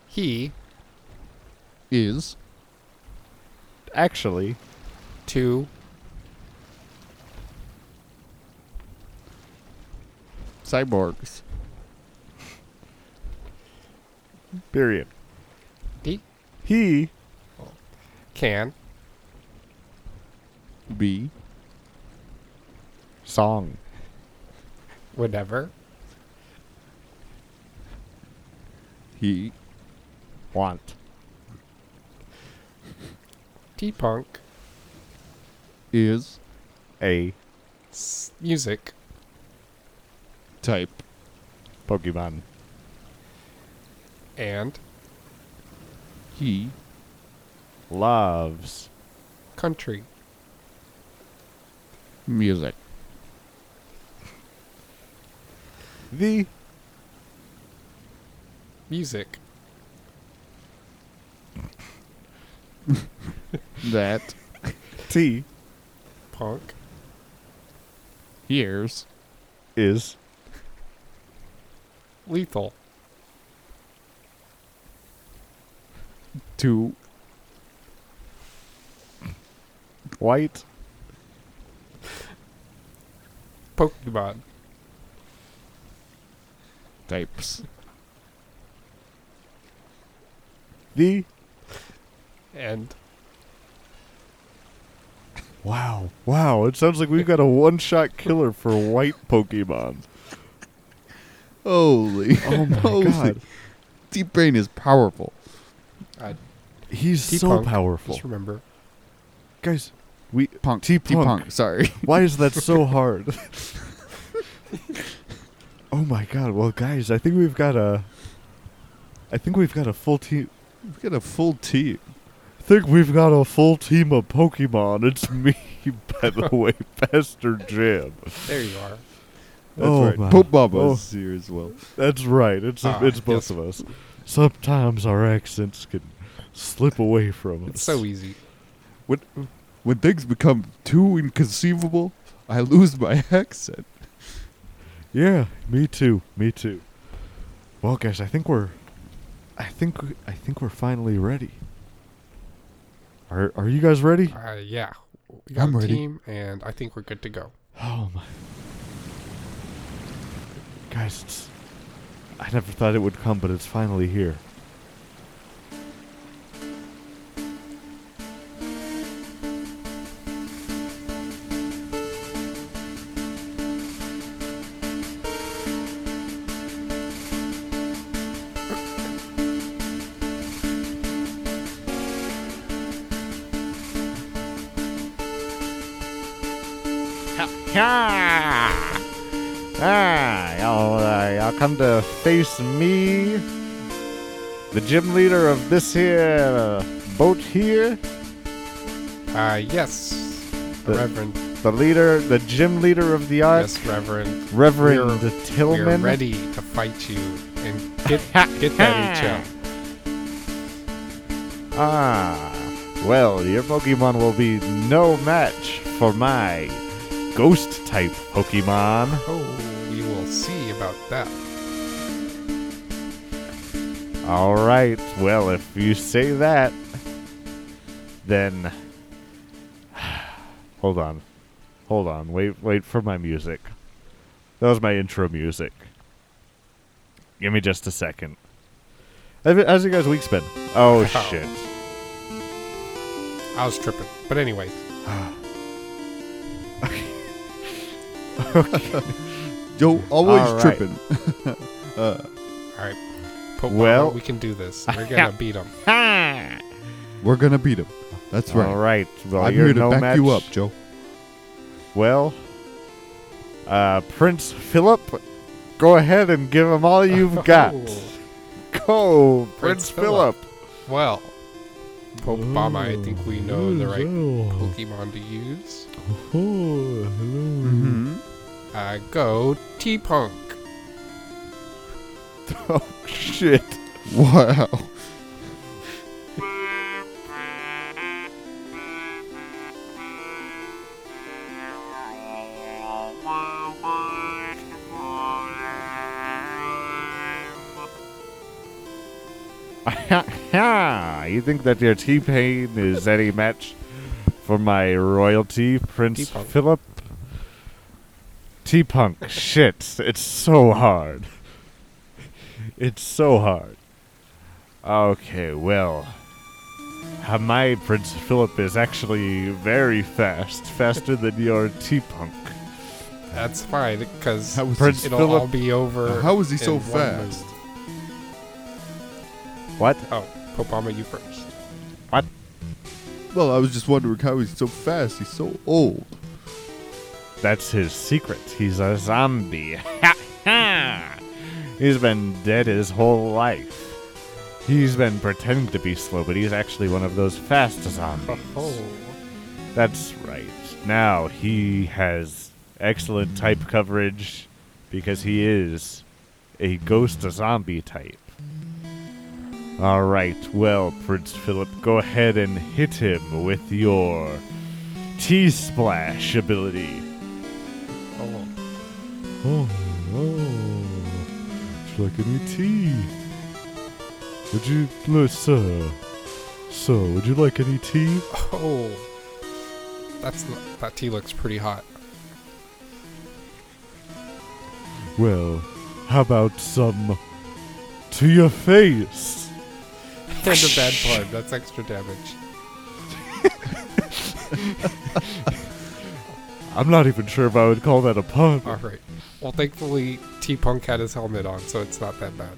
Speaker 2: he
Speaker 4: is
Speaker 6: Actually,
Speaker 2: to
Speaker 4: cyborgs.
Speaker 6: period.
Speaker 2: D
Speaker 6: He
Speaker 2: can
Speaker 4: B
Speaker 6: song.
Speaker 2: whenever
Speaker 4: he
Speaker 6: Want.
Speaker 2: T-Punk
Speaker 4: is
Speaker 6: A
Speaker 2: s- music
Speaker 4: type
Speaker 6: Pokemon.
Speaker 2: and
Speaker 4: he
Speaker 6: Loves.
Speaker 2: country.
Speaker 4: music.
Speaker 6: The
Speaker 2: Music.
Speaker 4: That
Speaker 6: T
Speaker 2: Punk.
Speaker 4: here's
Speaker 6: is
Speaker 2: Lethal.
Speaker 4: to
Speaker 6: white.
Speaker 2: Pokemon.
Speaker 4: types.
Speaker 6: The
Speaker 2: And
Speaker 6: Wow, wow! It sounds like we've got a one-shot killer for white Pokemon.
Speaker 4: Holy.
Speaker 6: Oh my
Speaker 4: *laughs* Holy.
Speaker 6: god,
Speaker 4: Deep Brain is powerful.
Speaker 2: I
Speaker 6: he's so
Speaker 2: T-Punk,
Speaker 6: powerful,
Speaker 2: just remember.
Speaker 6: guys. We
Speaker 4: Punk.
Speaker 6: T-Punk.
Speaker 4: T-Punk, *laughs* sorry.
Speaker 6: Why is
Speaker 2: *laughs*
Speaker 6: that so hard? oh my god! Well, guys, I think we've got a. I think we've got a full team.
Speaker 4: We've got a full team.
Speaker 6: I think we've got a full team of Pokemon. It's *laughs* me,
Speaker 2: *laughs*
Speaker 6: by the way, Pastor Jim.
Speaker 2: There you are.
Speaker 4: That's
Speaker 6: Oh
Speaker 4: right.
Speaker 6: my-
Speaker 4: Pope Baba
Speaker 6: oh.
Speaker 4: is here as well.
Speaker 6: That's right. It's
Speaker 2: Ah,
Speaker 6: it's
Speaker 2: yes.
Speaker 6: both of us. Sometimes our accents can slip away from us.
Speaker 2: It's so easy.
Speaker 4: When, when things become too inconceivable, I lose my *laughs* accent.
Speaker 6: Yeah, me too. Me too. Well, guys, I think we're, I think we- I think we're finally ready. Are Are you guys ready?
Speaker 2: Uh, yeah. We got
Speaker 4: I'm
Speaker 2: a
Speaker 4: ready.
Speaker 2: team, and I think we're good to go.
Speaker 6: Oh my, guys, it's, I never thought it would come, but it's finally here.
Speaker 1: Ha! Ah, y'all, uh, y'all come to face me, the gym leader of this here uh, boat here,
Speaker 2: Uh, yes.
Speaker 1: The- Uh,
Speaker 2: Reverend.
Speaker 1: the leader, the gym leader of the art,
Speaker 2: Yes, Reverend.
Speaker 1: Reverend
Speaker 2: we're-
Speaker 1: Tillman.
Speaker 2: We are ready to fight you and get get that each
Speaker 1: Ah, well, your Pokemon will be no match for my ghost type Pokemon.
Speaker 2: Oh, we will see about that.
Speaker 1: All right. Well, if you say that, then *sighs* hold on, hold on. Wait, wait for my music. That was my intro music. Give me just a second. How's how's your guys' week's been?
Speaker 4: *laughs*
Speaker 1: Oh shit.
Speaker 2: I was tripping, but anyway,
Speaker 4: Yo, always
Speaker 1: All right.
Speaker 4: tripping.
Speaker 2: all right. But
Speaker 1: Well-
Speaker 2: we can
Speaker 4: *laughs*
Speaker 2: do this. We're gonna beat them.
Speaker 1: Ha!
Speaker 4: We're gonna beat him. That's right.
Speaker 1: All right. Well,
Speaker 4: I'm
Speaker 1: you're
Speaker 4: here to
Speaker 1: no
Speaker 4: back
Speaker 1: match.
Speaker 4: you up, Joe.
Speaker 1: Well, uh, Prince Philip, go ahead and give him all
Speaker 6: *laughs*
Speaker 1: you've got.
Speaker 6: Oh.
Speaker 1: Go,
Speaker 2: Prince
Speaker 1: Prince, Philip.
Speaker 2: Philip. Well, Pope Obama, I think we know the right Pokemon to use.
Speaker 6: Oh, hello.
Speaker 2: Uh, go T Punk.
Speaker 1: *laughs* Oh shit.
Speaker 4: Wow.
Speaker 1: *laughs* you think that your T Pain is any match for my royalty, Prince
Speaker 2: T-Punk.
Speaker 1: Philip? T Punk, shit, it's so hard. It's so hard. Okay, well, uh, my Prince Philip is actually very fast, faster than your T Punk.
Speaker 2: That's fine, because
Speaker 4: How was
Speaker 1: Prince
Speaker 2: it'll
Speaker 1: Philip-
Speaker 2: all be over.
Speaker 4: How is he so
Speaker 2: in one move.
Speaker 4: fast?
Speaker 1: What?
Speaker 2: Oh, Pope Obama, you first.
Speaker 1: What?
Speaker 4: Well, I was just wondering how he's so fast. He's so old.
Speaker 1: That's his secret. He's a zombie. *laughs* Ha ha! He's been dead his whole life. He's been pretending to be slow, but he's actually one of those fast zombies.
Speaker 2: Oh,
Speaker 1: That's right. Now he has excellent type coverage because he is a ghost zombie type. All right, well, Prince Philip, go ahead and hit him with your T Splash ability.
Speaker 2: oh.
Speaker 6: Oh, oh. It's like an ET. Would you, no, sir? So, would you like any tea?
Speaker 2: Oh, that's not, that tea looks pretty hot. *laughs*
Speaker 6: Well, how about some to your face?
Speaker 2: And a bad blood. That's extra damage.
Speaker 1: I'm not even sure if I would call that a pun.
Speaker 2: All right. Well, thankfully, T Punk had his helmet on, so it's not that bad.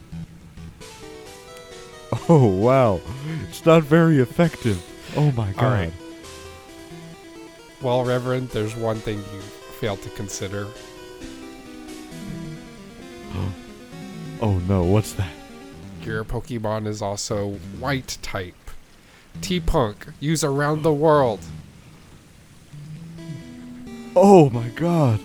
Speaker 1: Oh wow, it's not very effective. Oh my god.
Speaker 2: All right. Well, Reverend, there's one thing you failed to consider.
Speaker 1: Oh no, what's that?
Speaker 2: Your Pokemon is also White type. T Punk, use around the world.
Speaker 1: Oh my god.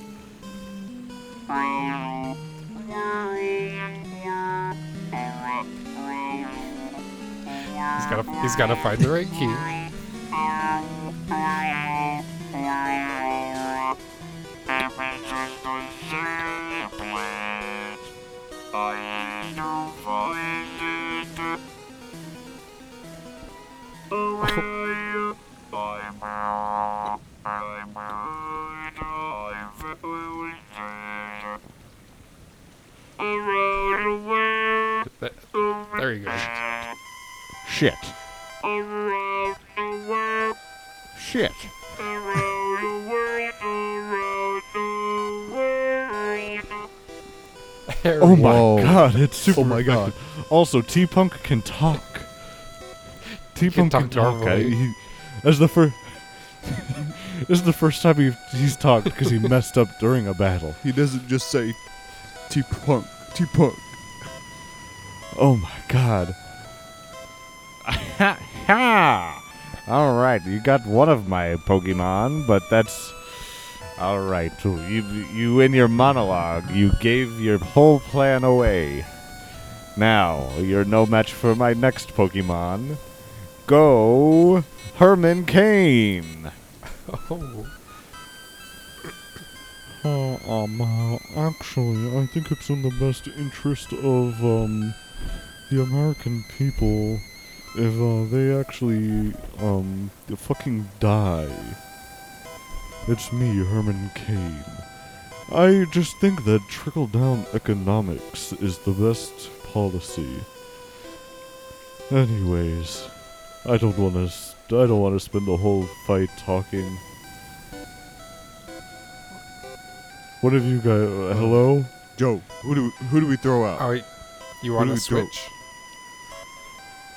Speaker 2: He's gotta, he's gotta find the right key. Th- There you go.
Speaker 3: Shit. Shit.
Speaker 2: *laughs* There
Speaker 1: Oh
Speaker 2: we
Speaker 1: my
Speaker 3: Whoa.
Speaker 1: god, it's super.
Speaker 3: Oh my
Speaker 1: effective. Also, T Punk can talk. T Punk
Speaker 2: talk
Speaker 1: can talk. I,
Speaker 2: normally.
Speaker 1: he, that's the first. *laughs* this is the first time he, he's talked because he messed up during a battle.
Speaker 4: He doesn't just say T Punk, T Punk.
Speaker 1: Oh my god.
Speaker 6: Ha ha! *laughs* All right, you got one of my Pokemon, but that's all right. You you in your monologue, you gave your whole plan away. Now you're no match for my next Pokemon. Go, Herman Kane.
Speaker 2: go.
Speaker 1: Uh, um, uh, actually, I think it's in the best interest of um, the American people if uh, they actually um fucking die. It's me, Herman Cain. I just think that trickle down economics is the best policy. Anyways, I don't want to. s I don't want to spend the whole fight talking. What have you got? Uh, hello?
Speaker 4: Joe, who do who do we throw out?
Speaker 2: All right. You
Speaker 4: What do
Speaker 2: want
Speaker 4: we
Speaker 2: to
Speaker 4: throw?
Speaker 2: switch?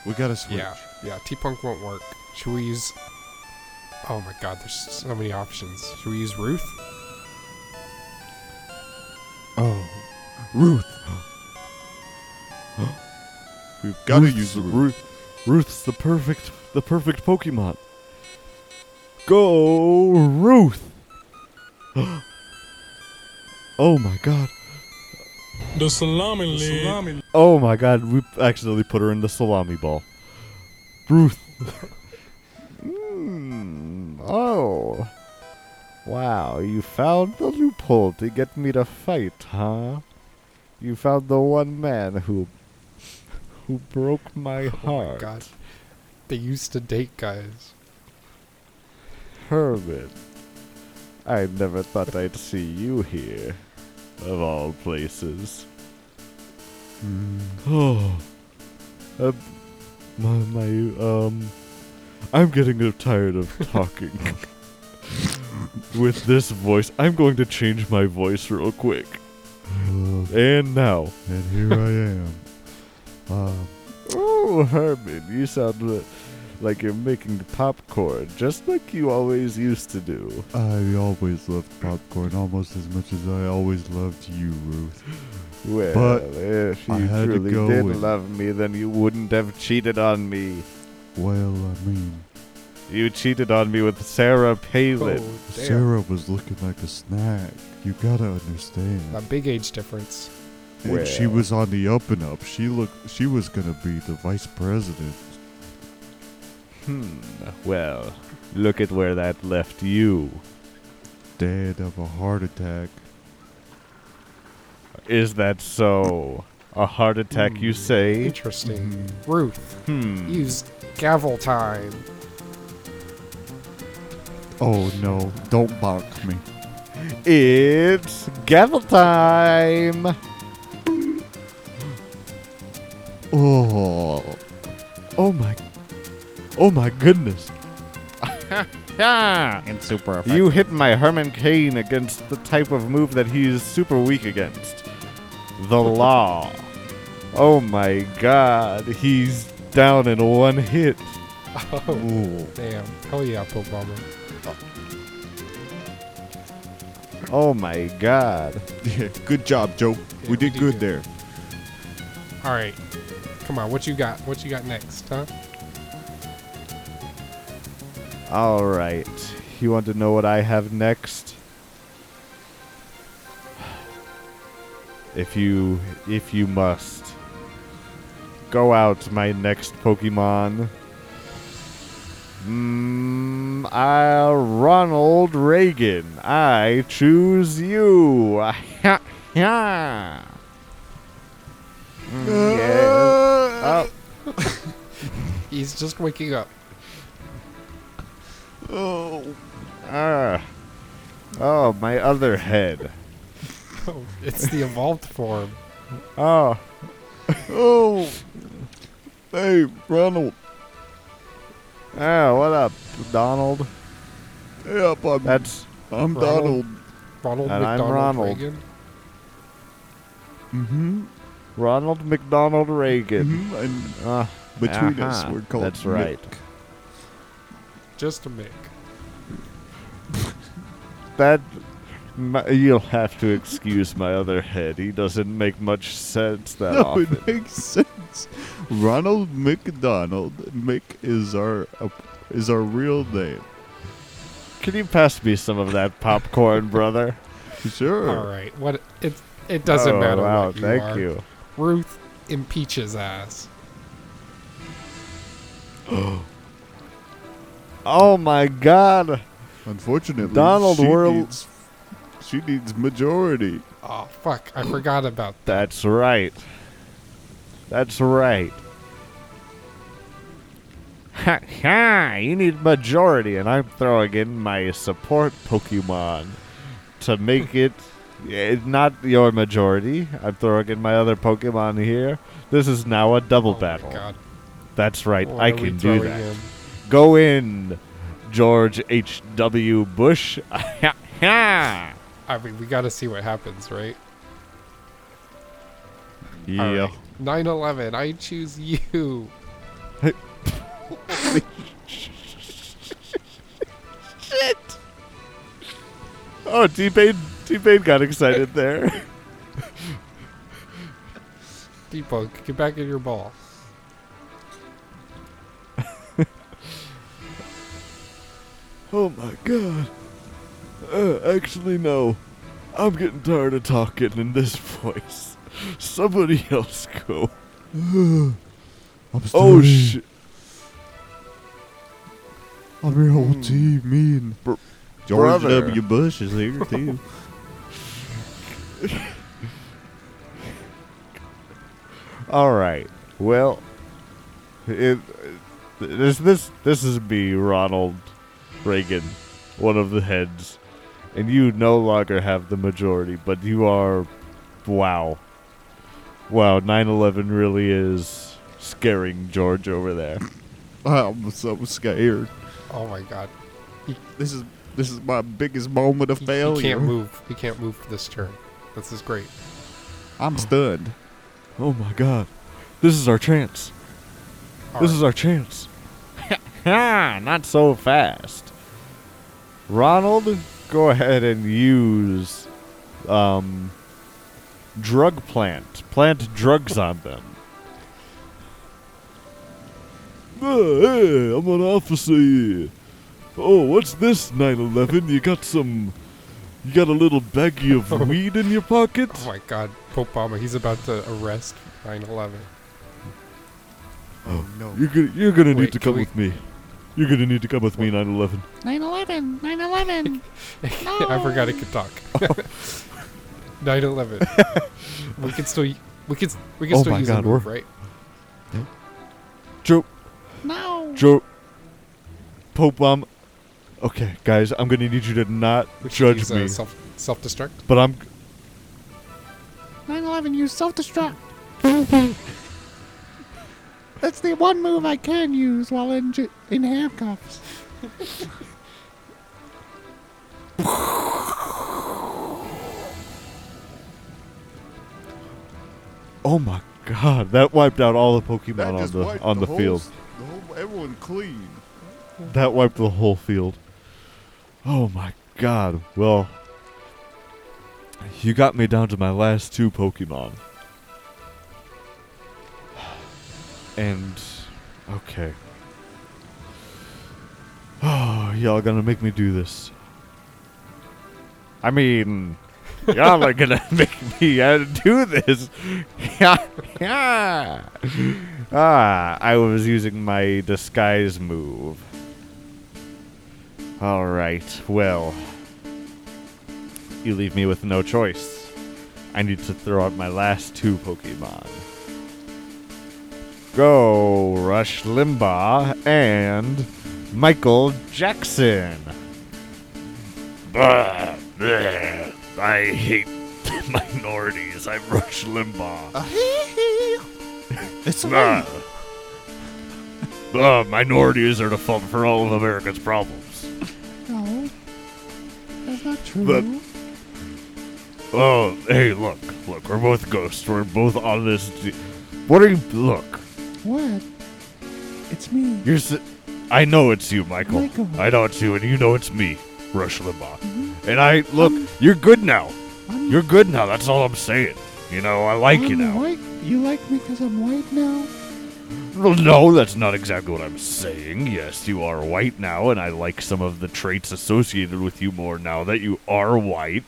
Speaker 4: We gotta switch.
Speaker 2: Yeah, yeah. T Punk won't work. Should we use? Oh my God, there's so many options. Should we use Ruth?
Speaker 4: Oh, Ruth. We've gotta use the Ruth.
Speaker 1: Ruth. Ruth's the perfect, the perfect Pokemon. Go, Ruth! *gasps* oh my god.
Speaker 7: The salami leg.
Speaker 1: Oh my god, we accidentally put her in the salami ball. Ruth. *laughs*
Speaker 6: Hmm. Oh. Wow, you found the loophole to get me to fight, huh? You found the one man who who broke my heart.
Speaker 2: God, they used to date guys.
Speaker 6: Herman. I never thought I'd see you here. Of all places.
Speaker 4: Hmm.
Speaker 1: *sighs* Oh. Uh, my, my, um. I'm getting a- tired of
Speaker 4: *laughs*
Speaker 1: talking. With this voice, I'm going to change my voice real quick. And now.
Speaker 4: And here I
Speaker 1: *laughs*
Speaker 4: am. Um,
Speaker 6: Oh, Herman, you sound li- like you're making popcorn, just like you always used to do.
Speaker 4: *laughs* I always loved popcorn almost as much as I always loved you, Ruth.
Speaker 6: Well,
Speaker 4: But
Speaker 6: if
Speaker 4: I
Speaker 6: you
Speaker 4: had to
Speaker 6: truly
Speaker 4: go
Speaker 6: did
Speaker 4: with-
Speaker 6: love me, then you wouldn't have cheated on me.
Speaker 4: Well, I mean,
Speaker 6: You cheated on me with Sarah
Speaker 2: Oh,
Speaker 6: Palin.
Speaker 2: damn.
Speaker 4: Sarah was looking like a snack. You gotta understand.
Speaker 2: A big age difference.
Speaker 4: And she
Speaker 6: Um, Well.
Speaker 4: was on the up and up. She looked. She was gonna be the vice president.
Speaker 6: Hmm. Well, look at where that left you.
Speaker 4: Dead of a heart attack.
Speaker 6: Is that so? A heart attack, you say?
Speaker 2: Interesting. Ruth,
Speaker 6: Hmm.
Speaker 2: use gavel time.
Speaker 4: Oh no! Don't bonk me.
Speaker 6: It's gavel time.
Speaker 4: Oh,
Speaker 6: Oh
Speaker 1: Oh my. Oh my goodness.
Speaker 6: Yeah.
Speaker 3: And super effective.
Speaker 6: You hit my Herman Cain against the type of move that he's super weak against.
Speaker 4: *laughs*
Speaker 6: The law. Oh my god, he's down in one hit.
Speaker 2: Oh, damn. Hell yeah, Pope Bomber.
Speaker 6: Oh my god.
Speaker 4: Yeah, *laughs* good job, Joe.
Speaker 2: we
Speaker 4: we did
Speaker 2: did
Speaker 4: good
Speaker 2: good.
Speaker 4: there.
Speaker 2: All right. Come on, what you got? What you got next, huh?
Speaker 6: All right. You want to know what I have next? If you if you must go out my next Pokemon. Mm, uh, Ronald Reagan, I choose you. *laughs* Ah, yeah. yeah. Oh,
Speaker 2: He's just waking up. *laughs*
Speaker 6: ah. oh, my other head.
Speaker 2: Oh, it's the evolved form.
Speaker 6: Oh,
Speaker 4: Oh, hey, Ronald.
Speaker 6: Ah, what up, Donald?
Speaker 4: Yeah, I'm,
Speaker 6: That's
Speaker 4: I'm
Speaker 2: Ronald.
Speaker 4: Donald.
Speaker 2: Ronald
Speaker 6: And I'm
Speaker 2: McDonald
Speaker 6: Ronald.
Speaker 2: Reagan.
Speaker 4: Mm-hmm.
Speaker 6: Ronald McDonald Reagan.
Speaker 4: hmm And
Speaker 6: Ah,
Speaker 4: between us,
Speaker 6: aha,
Speaker 4: we're called.
Speaker 6: That's right.
Speaker 4: Mick.
Speaker 2: Just a Mick.
Speaker 6: That my, you'll have to excuse my other head. He doesn't make much sense that
Speaker 4: No,
Speaker 6: often.
Speaker 4: it makes sense. Ronald McDonald. Mick is our uh, is our real name.
Speaker 6: Can you pass me some of that popcorn, brother?
Speaker 4: *laughs* Sure.
Speaker 2: All right. What? It it doesn't
Speaker 6: Oh,
Speaker 2: matter.
Speaker 6: Wow,
Speaker 2: what you
Speaker 6: thank
Speaker 2: are.
Speaker 6: you.
Speaker 2: Ruth impeaches ass.
Speaker 6: Oh my God!
Speaker 4: Unfortunately,
Speaker 6: Donald
Speaker 4: she
Speaker 6: Whirl-
Speaker 4: needs, she needs majority.
Speaker 2: Oh fuck! I forgot about
Speaker 6: That's right. That's right. Ha ha! You need majority, and I'm throwing in my support Pokemon to make it eh, not your majority. I'm throwing in my other Pokemon here. This is now a double
Speaker 2: oh my
Speaker 6: battle.
Speaker 2: God.
Speaker 6: That's right.
Speaker 2: What
Speaker 6: I
Speaker 2: are we
Speaker 6: can do
Speaker 2: throwing
Speaker 6: that.
Speaker 2: in?
Speaker 6: Go in, George H. W. Bush. Ha ha!
Speaker 2: I mean, we got to see what happens, right?
Speaker 3: yeah.
Speaker 2: 9/11. I choose *laughs* you.
Speaker 6: Oh, T Pain. T Pain got excited there.
Speaker 2: Debunk, get back in your ball.
Speaker 1: *laughs* Oh my god. Uh, actually, no. I'm getting tired of talking in this voice. Somebody else go.
Speaker 4: *sighs* I'm
Speaker 1: Oh
Speaker 4: starving.
Speaker 1: shit.
Speaker 4: I'm your whole
Speaker 6: Hmm.
Speaker 4: team, me and
Speaker 3: George
Speaker 6: Brother.
Speaker 3: W. Bush is here too.
Speaker 6: *laughs* All right. Well, it, this this this is me, Ronald Reagan, one of the heads, and you no longer have the majority, but you are, wow, wow. 9/11 really is scaring George over there.
Speaker 4: I'm so scared.
Speaker 2: Oh my god.
Speaker 4: This is this is my biggest moment of
Speaker 2: He,
Speaker 4: failure.
Speaker 2: he can't move. He can't move this turn. This is great.
Speaker 4: I'm stunned.
Speaker 1: Oh my god. This is our chance.
Speaker 2: All
Speaker 1: this
Speaker 2: right.
Speaker 1: is our chance.
Speaker 6: Ha! *laughs* Not so fast. Ronald, go ahead and use um, drug plant. Plant drugs on them.
Speaker 1: Uh, hey, I'm an officer here. Oh, what's this, 911? You got some. You got a little
Speaker 6: *laughs*
Speaker 1: baggie of weed in your pocket?
Speaker 2: Oh my god, Pope Obama, he's about to arrest 9/11.
Speaker 4: Oh no.
Speaker 1: You're gonna, you're gonna
Speaker 2: Wait,
Speaker 1: need
Speaker 2: can
Speaker 1: to come
Speaker 2: we-
Speaker 1: with me. You're gonna need to come with me, 911.
Speaker 8: 9/11, 9/11.
Speaker 2: I forgot it could talk. *laughs* 9/11. we can still we can we can
Speaker 1: Oh
Speaker 2: still
Speaker 1: my
Speaker 2: use
Speaker 1: God,
Speaker 2: a move,
Speaker 1: we're-
Speaker 2: right?
Speaker 1: Joe,
Speaker 8: No.
Speaker 1: Joe, Pope Bomb. Okay, guys, I'm gonna need you to not
Speaker 2: We can
Speaker 1: judge
Speaker 2: use, uh,
Speaker 1: me,
Speaker 2: self self destruct.
Speaker 1: but I'm.
Speaker 8: 9/11, use self-destruct. That's the one move I can use while in, j- in handcuffs.
Speaker 1: Oh my god, that wiped out all the Pokemon
Speaker 4: That
Speaker 1: on
Speaker 4: just
Speaker 1: the
Speaker 4: wiped
Speaker 1: on the,
Speaker 4: whole
Speaker 1: field.
Speaker 4: s- The whole, everyone clean.
Speaker 1: That wiped the whole field. Oh my god. Well, you got me down to my last two Pokemon. And okay. Oh, y'all gonna make me do this.
Speaker 6: I mean, y'all are gonna
Speaker 8: *laughs*
Speaker 6: *laughs* make me uh, do this. *laughs* yeah, yeah. Ah, I was using my disguise move. All right. Well, you leave me with no choice. I need to throw out my last two Pokemon. Go, Rush Limbaugh and Michael Jackson. Blah, blah. I hate *laughs* minorities. I'm Rush Limbaugh.
Speaker 8: Uh-huh.
Speaker 3: It's
Speaker 6: Blah. Blah, minorities are the fault for all of America's problems.
Speaker 8: No. That's not true.
Speaker 6: But- Oh, hey, look, look, we're both ghosts. We're both on this. D- what are you? Look,
Speaker 8: What? It's me.
Speaker 6: you're. S- I know it's you, Michael.
Speaker 8: Michael. Mm-hmm.
Speaker 6: I know it's you, and you know it's me, Rush Limbaugh. And I look. you're good now.
Speaker 8: Um, I'm,
Speaker 6: You're good now. That's all I'm saying. You know, I like you
Speaker 8: I'm
Speaker 6: now.
Speaker 8: White. You like me because I'm white now?
Speaker 6: Well, no, that's not exactly what I'm saying. Yes, you are white now, and I like some of the traits associated with you more now that you are white.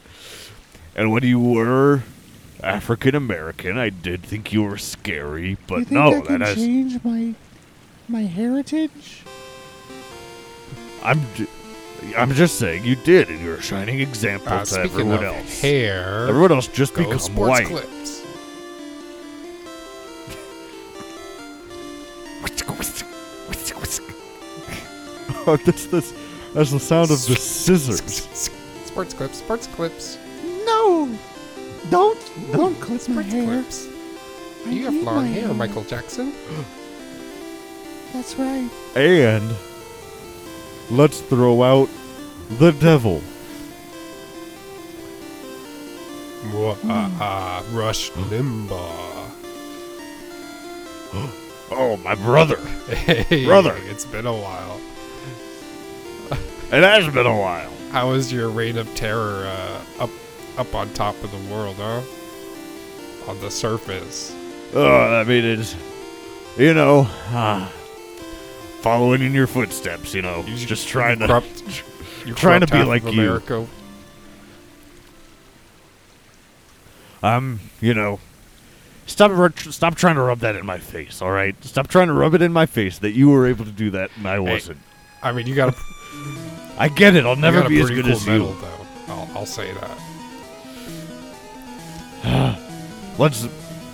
Speaker 6: And when you were African American, I did think you were scary,
Speaker 8: you
Speaker 6: but
Speaker 8: think
Speaker 6: no,
Speaker 8: I can
Speaker 6: that has.
Speaker 8: change my my heritage?
Speaker 6: I'm, j- I'm just saying you did, and you're a shining example
Speaker 2: Uh,
Speaker 6: to
Speaker 2: speaking
Speaker 6: everyone
Speaker 2: of
Speaker 6: else.
Speaker 2: hair,
Speaker 6: everyone else just
Speaker 2: go
Speaker 6: become
Speaker 2: sports
Speaker 6: white.
Speaker 2: clips.
Speaker 1: *laughs* Oh, that's this. That's the sound of the scissors.
Speaker 2: Sports clips. Sports clips.
Speaker 8: No. Don't don't clip my
Speaker 2: Sports
Speaker 8: hair.
Speaker 2: clips.
Speaker 8: I
Speaker 2: You have
Speaker 8: hate
Speaker 2: long
Speaker 8: my
Speaker 2: hair, Michael Jackson.
Speaker 8: That's right.
Speaker 1: And let's throw out the devil.
Speaker 2: Mwah-ah-ah,
Speaker 1: Hmm.
Speaker 2: Rush Limbaugh.
Speaker 6: Oh, my brother!
Speaker 2: *laughs* Hey,
Speaker 6: Brother.
Speaker 2: it's been a while.
Speaker 6: It has been a while.
Speaker 2: How was your reign of terror uh, up up on top of the world, huh? On the surface.
Speaker 6: Oh, I mean, it's, you know, uh, following in your footsteps, you know,
Speaker 2: You
Speaker 6: just trying to. *laughs*
Speaker 2: corrupt, you
Speaker 6: trying to
Speaker 2: corrupt
Speaker 6: be
Speaker 2: half
Speaker 6: like
Speaker 2: of
Speaker 6: you.
Speaker 2: America.
Speaker 6: I'm, you know, stop, ru- stop trying to rub that in my face, all right? Stop trying to rub it in my face that you were able to do that and I wasn't.
Speaker 2: I mean, you
Speaker 6: *laughs*
Speaker 2: got a, you
Speaker 6: I get it. I'll never
Speaker 2: got a
Speaker 6: be as
Speaker 2: pretty
Speaker 6: good
Speaker 2: cool
Speaker 6: as
Speaker 2: medal,
Speaker 6: you.
Speaker 2: though. I'll, I'll say that.
Speaker 6: Let's.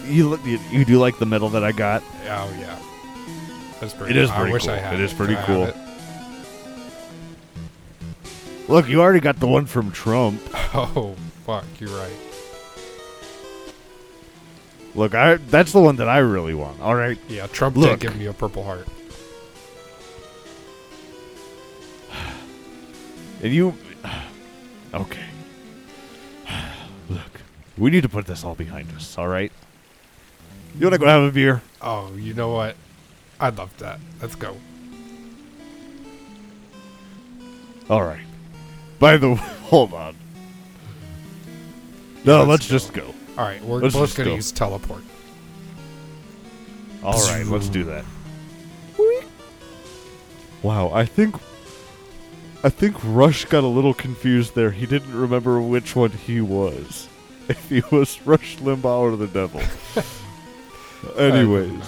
Speaker 6: You, look- you you do like the medal that I got?
Speaker 2: Oh yeah, that's pretty.
Speaker 6: It is
Speaker 2: I
Speaker 6: pretty
Speaker 2: wish
Speaker 6: cool.
Speaker 2: I had
Speaker 6: It is pretty
Speaker 2: Can I have
Speaker 6: cool.
Speaker 2: it?
Speaker 6: Look, you already got the one from Trump.
Speaker 2: *laughs* Oh fuck, you're right.
Speaker 6: Look, I that's the one that I really want. All right,
Speaker 2: Yeah, Trump
Speaker 6: Look.
Speaker 2: did give me a Purple Heart.
Speaker 6: And you. Okay. Look, we need to put this all behind us, all right? You want to go have a beer?
Speaker 2: Oh, you know what? I love that. Let's go.
Speaker 6: All right. By the *laughs* way, hold on. No, let's,
Speaker 2: Let's
Speaker 6: just go.
Speaker 2: All right, we're
Speaker 6: Let's
Speaker 2: both
Speaker 6: just
Speaker 2: gonna
Speaker 6: go.
Speaker 2: use teleport.
Speaker 6: All right, let's do that.
Speaker 1: Wow, I think I think Rush got a little confused there. He didn't remember which one he was. *laughs* If he was Rush Limbaugh or
Speaker 8: *laughs*
Speaker 1: the devil. Anyways,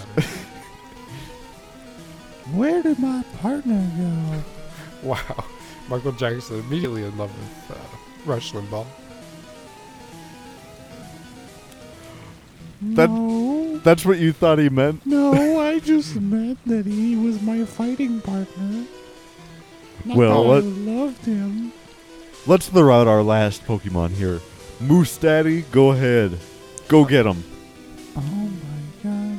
Speaker 8: Where did my partner go?
Speaker 2: *laughs* Wow, Michael Jackson immediately in love with uh, Rush Limbaugh.
Speaker 1: That-
Speaker 8: no,
Speaker 1: that's what you thought he meant. *laughs*
Speaker 8: no, I just meant that he was my fighting partner. Not
Speaker 1: Well,
Speaker 8: that
Speaker 1: what-
Speaker 8: I loved him.
Speaker 1: Let's throw out our last Pokemon here. Moose Daddy, go ahead. Go get him.
Speaker 8: Oh my god.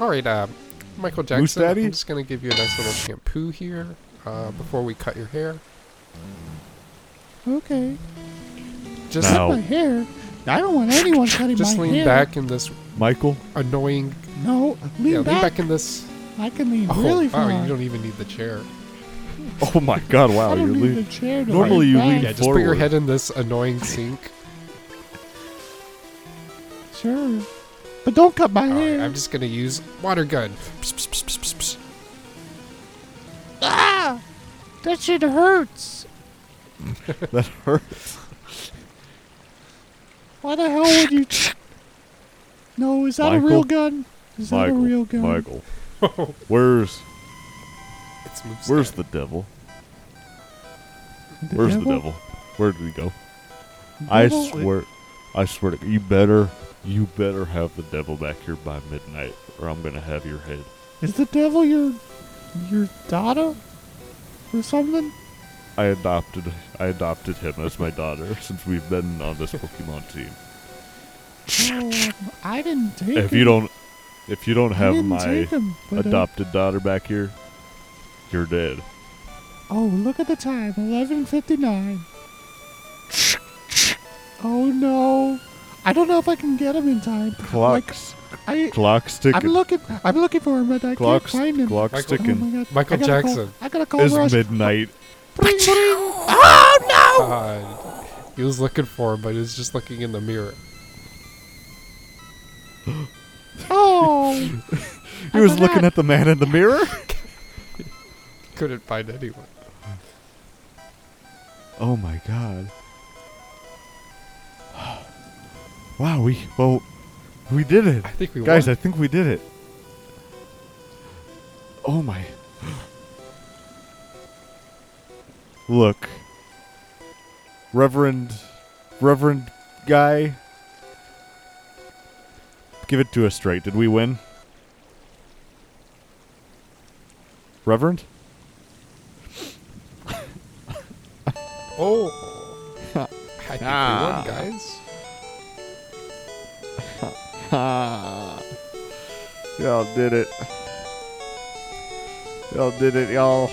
Speaker 2: All right, um, Michael
Speaker 1: Moose
Speaker 2: Jackson,
Speaker 1: Daddy?
Speaker 2: I'm just going to give you a nice little shampoo here uh, before we cut your hair.
Speaker 4: Okay.
Speaker 2: Just,
Speaker 6: Now-
Speaker 4: My hair. I don't want
Speaker 1: *laughs*
Speaker 4: anyone cutting
Speaker 2: just
Speaker 4: my
Speaker 2: lean
Speaker 4: hair.
Speaker 2: back in this
Speaker 1: Michael,
Speaker 2: annoying.
Speaker 4: No, lean
Speaker 2: yeah,
Speaker 4: back.
Speaker 2: lean back in this.
Speaker 4: I can lean
Speaker 2: Oh,
Speaker 4: really far.
Speaker 2: wow, you don't even need the chair.
Speaker 1: oh my God! Wow,
Speaker 4: I
Speaker 1: you
Speaker 4: don't need
Speaker 1: lean.
Speaker 4: the chair to
Speaker 1: Normally
Speaker 4: lean
Speaker 1: you lean
Speaker 4: back.
Speaker 2: Yeah, just put your
Speaker 1: Forward.
Speaker 2: head in this
Speaker 1: *laughs*
Speaker 2: annoying sink.
Speaker 4: Sure. But don't cut my
Speaker 2: All right,
Speaker 4: hair.
Speaker 2: I'm just going to use water gun. Pss, pss, pss, pss, pss, pss.
Speaker 4: ah! That shit hurts.
Speaker 1: That hurts.
Speaker 4: Why the hell would you. No, is that a
Speaker 1: Michael?
Speaker 4: real gun? Is
Speaker 1: Michael,
Speaker 4: that a real gun?
Speaker 1: Michael, where's
Speaker 2: It's Moose
Speaker 1: where's
Speaker 2: Daddy.
Speaker 1: the devil?
Speaker 4: The
Speaker 1: Where's
Speaker 4: devil?
Speaker 1: the devil? Where did he go? I
Speaker 4: Devil?
Speaker 1: swear, I swear to you better, you better have the devil back here by midnight, or I'm gonna have your head.
Speaker 4: Is the devil your. your daughter? Or something?
Speaker 1: I adopted, I adopted him as my daughter *laughs* since we've been on this Pokemon team.
Speaker 4: Oh, I didn't take
Speaker 1: If you
Speaker 4: him.
Speaker 1: don't, if you don't
Speaker 4: I
Speaker 1: have
Speaker 4: didn't
Speaker 1: my
Speaker 4: take him, but, uh,
Speaker 1: adopted daughter back here, you're dead.
Speaker 4: Oh, look at the time, 11:59. Oh no. I don't know if I can get him in time.
Speaker 1: Clocks,
Speaker 4: I
Speaker 1: clocks ticking.
Speaker 4: I'm looking I'm looking for him, but I
Speaker 1: clocks,
Speaker 4: can't find him.
Speaker 1: clocks
Speaker 2: Michael-
Speaker 4: oh
Speaker 1: ticking.
Speaker 4: my god.
Speaker 2: Michael
Speaker 4: I gotta
Speaker 2: Jackson.
Speaker 4: Call, I got to call
Speaker 1: It's
Speaker 4: Rush.
Speaker 1: midnight.
Speaker 4: Bring,
Speaker 1: *laughs*
Speaker 4: bring. Oh,
Speaker 2: God. He was looking for him, but he was just looking in the mirror.
Speaker 4: Oh.
Speaker 1: He was looking at the man in the mirror. *laughs*
Speaker 2: Couldn't find anyone.
Speaker 1: Oh my god. *sighs* Wow, we well we did it.
Speaker 2: I think we
Speaker 1: Guys,
Speaker 2: won.
Speaker 1: I think we did it. Oh my. Look. Reverend Reverend guy. Give it to us straight. Did we win? Reverend?
Speaker 2: Oh.
Speaker 1: *laughs*
Speaker 2: I think
Speaker 1: Ah.
Speaker 2: we won, guys.
Speaker 1: Y'all did it. Y'all did it, y'all.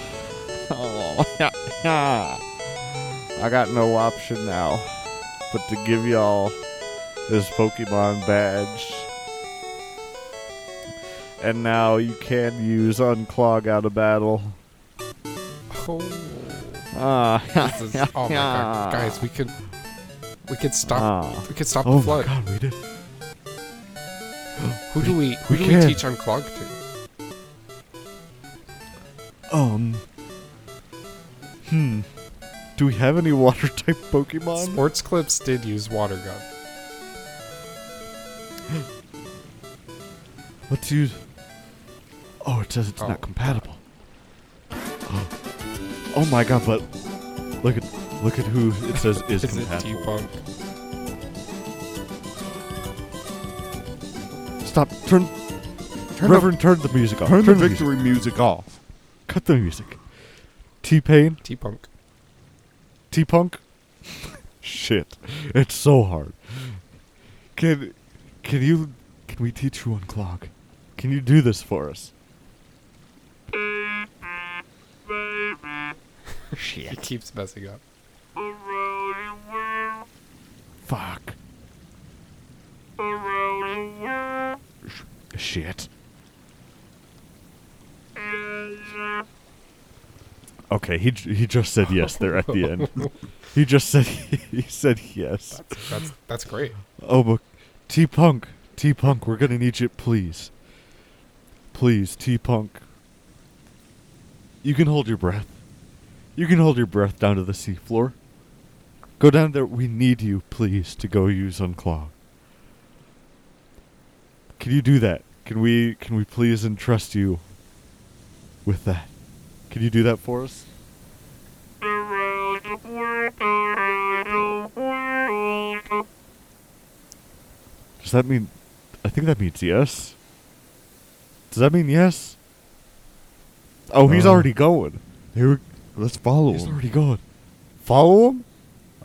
Speaker 1: *laughs* I got no option now but to give y'all this Pokemon badge. And now you can use Unclog out of battle.
Speaker 2: Oh,
Speaker 1: Ah,
Speaker 2: this is, oh my god,
Speaker 1: *laughs*
Speaker 2: guys, we could, we could stop,
Speaker 1: ah.
Speaker 2: we could stop
Speaker 1: Oh
Speaker 2: the
Speaker 1: my
Speaker 2: flood.
Speaker 1: god, we did.
Speaker 2: Who do we, who
Speaker 1: we
Speaker 2: do we
Speaker 1: can.
Speaker 2: teach unclog to?
Speaker 1: Um. Hmm. Do we have any water type Pokemon?
Speaker 2: Sports clips did use water gun.
Speaker 1: Let's use. Oh, it says it's
Speaker 2: Oh.
Speaker 1: not compatible. Oh my god! But look at look at who it says
Speaker 2: *laughs*
Speaker 1: is,
Speaker 2: Is it
Speaker 1: compatible.
Speaker 2: debunk?
Speaker 1: Stop!
Speaker 9: Turn
Speaker 1: Turn,
Speaker 9: the-
Speaker 1: Reverend, turn the music off.
Speaker 9: Turn the
Speaker 1: music-
Speaker 9: victory music off.
Speaker 1: Cut the music. T Pain,
Speaker 2: T-punk.
Speaker 1: T Punk. *laughs* Shit, it's so hard. Can can you can we teach you unclog? Can you do this for us?
Speaker 2: He keeps messing up.
Speaker 1: Fuck. Sh- Shit. Okay, he j- he just said yes there at the end. He just said *laughs* he said yes.
Speaker 2: That's, that's, that's great.
Speaker 1: Oh, but T Punk, T Punk, we're gonna need you, please, please, T Punk. You can hold your breath. You can hold your breath down to the seafloor. Go down there. We need you, please, to go use unclog. Can you do that? Can we? Can we please entrust you with that? Can you do that for us? Does that mean? I think that means yes. Does that mean yes? Oh, he's
Speaker 9: Uh,
Speaker 1: already going.
Speaker 9: Here, let's follow
Speaker 1: He's
Speaker 9: him.
Speaker 1: already going. Follow him?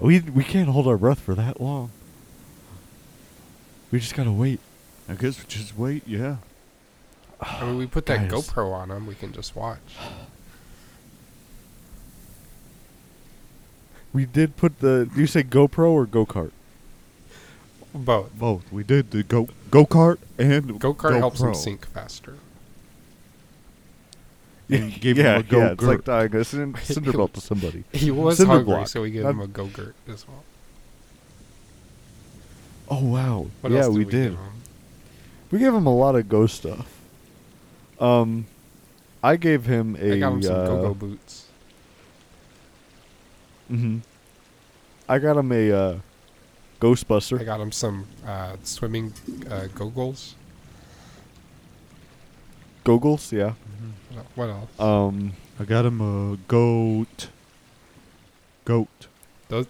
Speaker 1: We we can't hold our breath for that long. We just gotta wait.
Speaker 9: I guess we just wait. Yeah.
Speaker 2: I mean, we put that
Speaker 1: Guys.
Speaker 2: GoPro on him. We can just watch.
Speaker 1: We did put the. Do you say GoPro or go kart?
Speaker 2: Both
Speaker 4: Both. We did the go go kart and
Speaker 2: go kart helps him
Speaker 4: GoPro.
Speaker 2: sync faster.
Speaker 4: And gave
Speaker 1: *laughs* yeah,
Speaker 4: him a go
Speaker 1: yeah. It's
Speaker 4: gurt.
Speaker 1: like tying
Speaker 2: *laughs*
Speaker 1: a cin- cinder belt to somebody.
Speaker 2: He was
Speaker 1: Cinder
Speaker 2: hungry,
Speaker 1: block.
Speaker 2: so we gave
Speaker 1: Not-
Speaker 2: him a go-gurt as well.
Speaker 1: Oh wow!
Speaker 2: What
Speaker 1: yeah,
Speaker 2: else did
Speaker 1: we,
Speaker 2: we
Speaker 1: did.
Speaker 2: give him?
Speaker 1: We gave him a lot of ghost stuff. Um, I gave him a.
Speaker 2: I got him some
Speaker 1: uh,
Speaker 2: go-go boots.
Speaker 1: mhm. I got him a uh, Ghostbuster.
Speaker 2: I got him some uh, swimming uh, goggles.
Speaker 1: Goggles, yeah.
Speaker 2: What else?
Speaker 1: Um,
Speaker 4: I got him a goat. Goat.
Speaker 2: Those,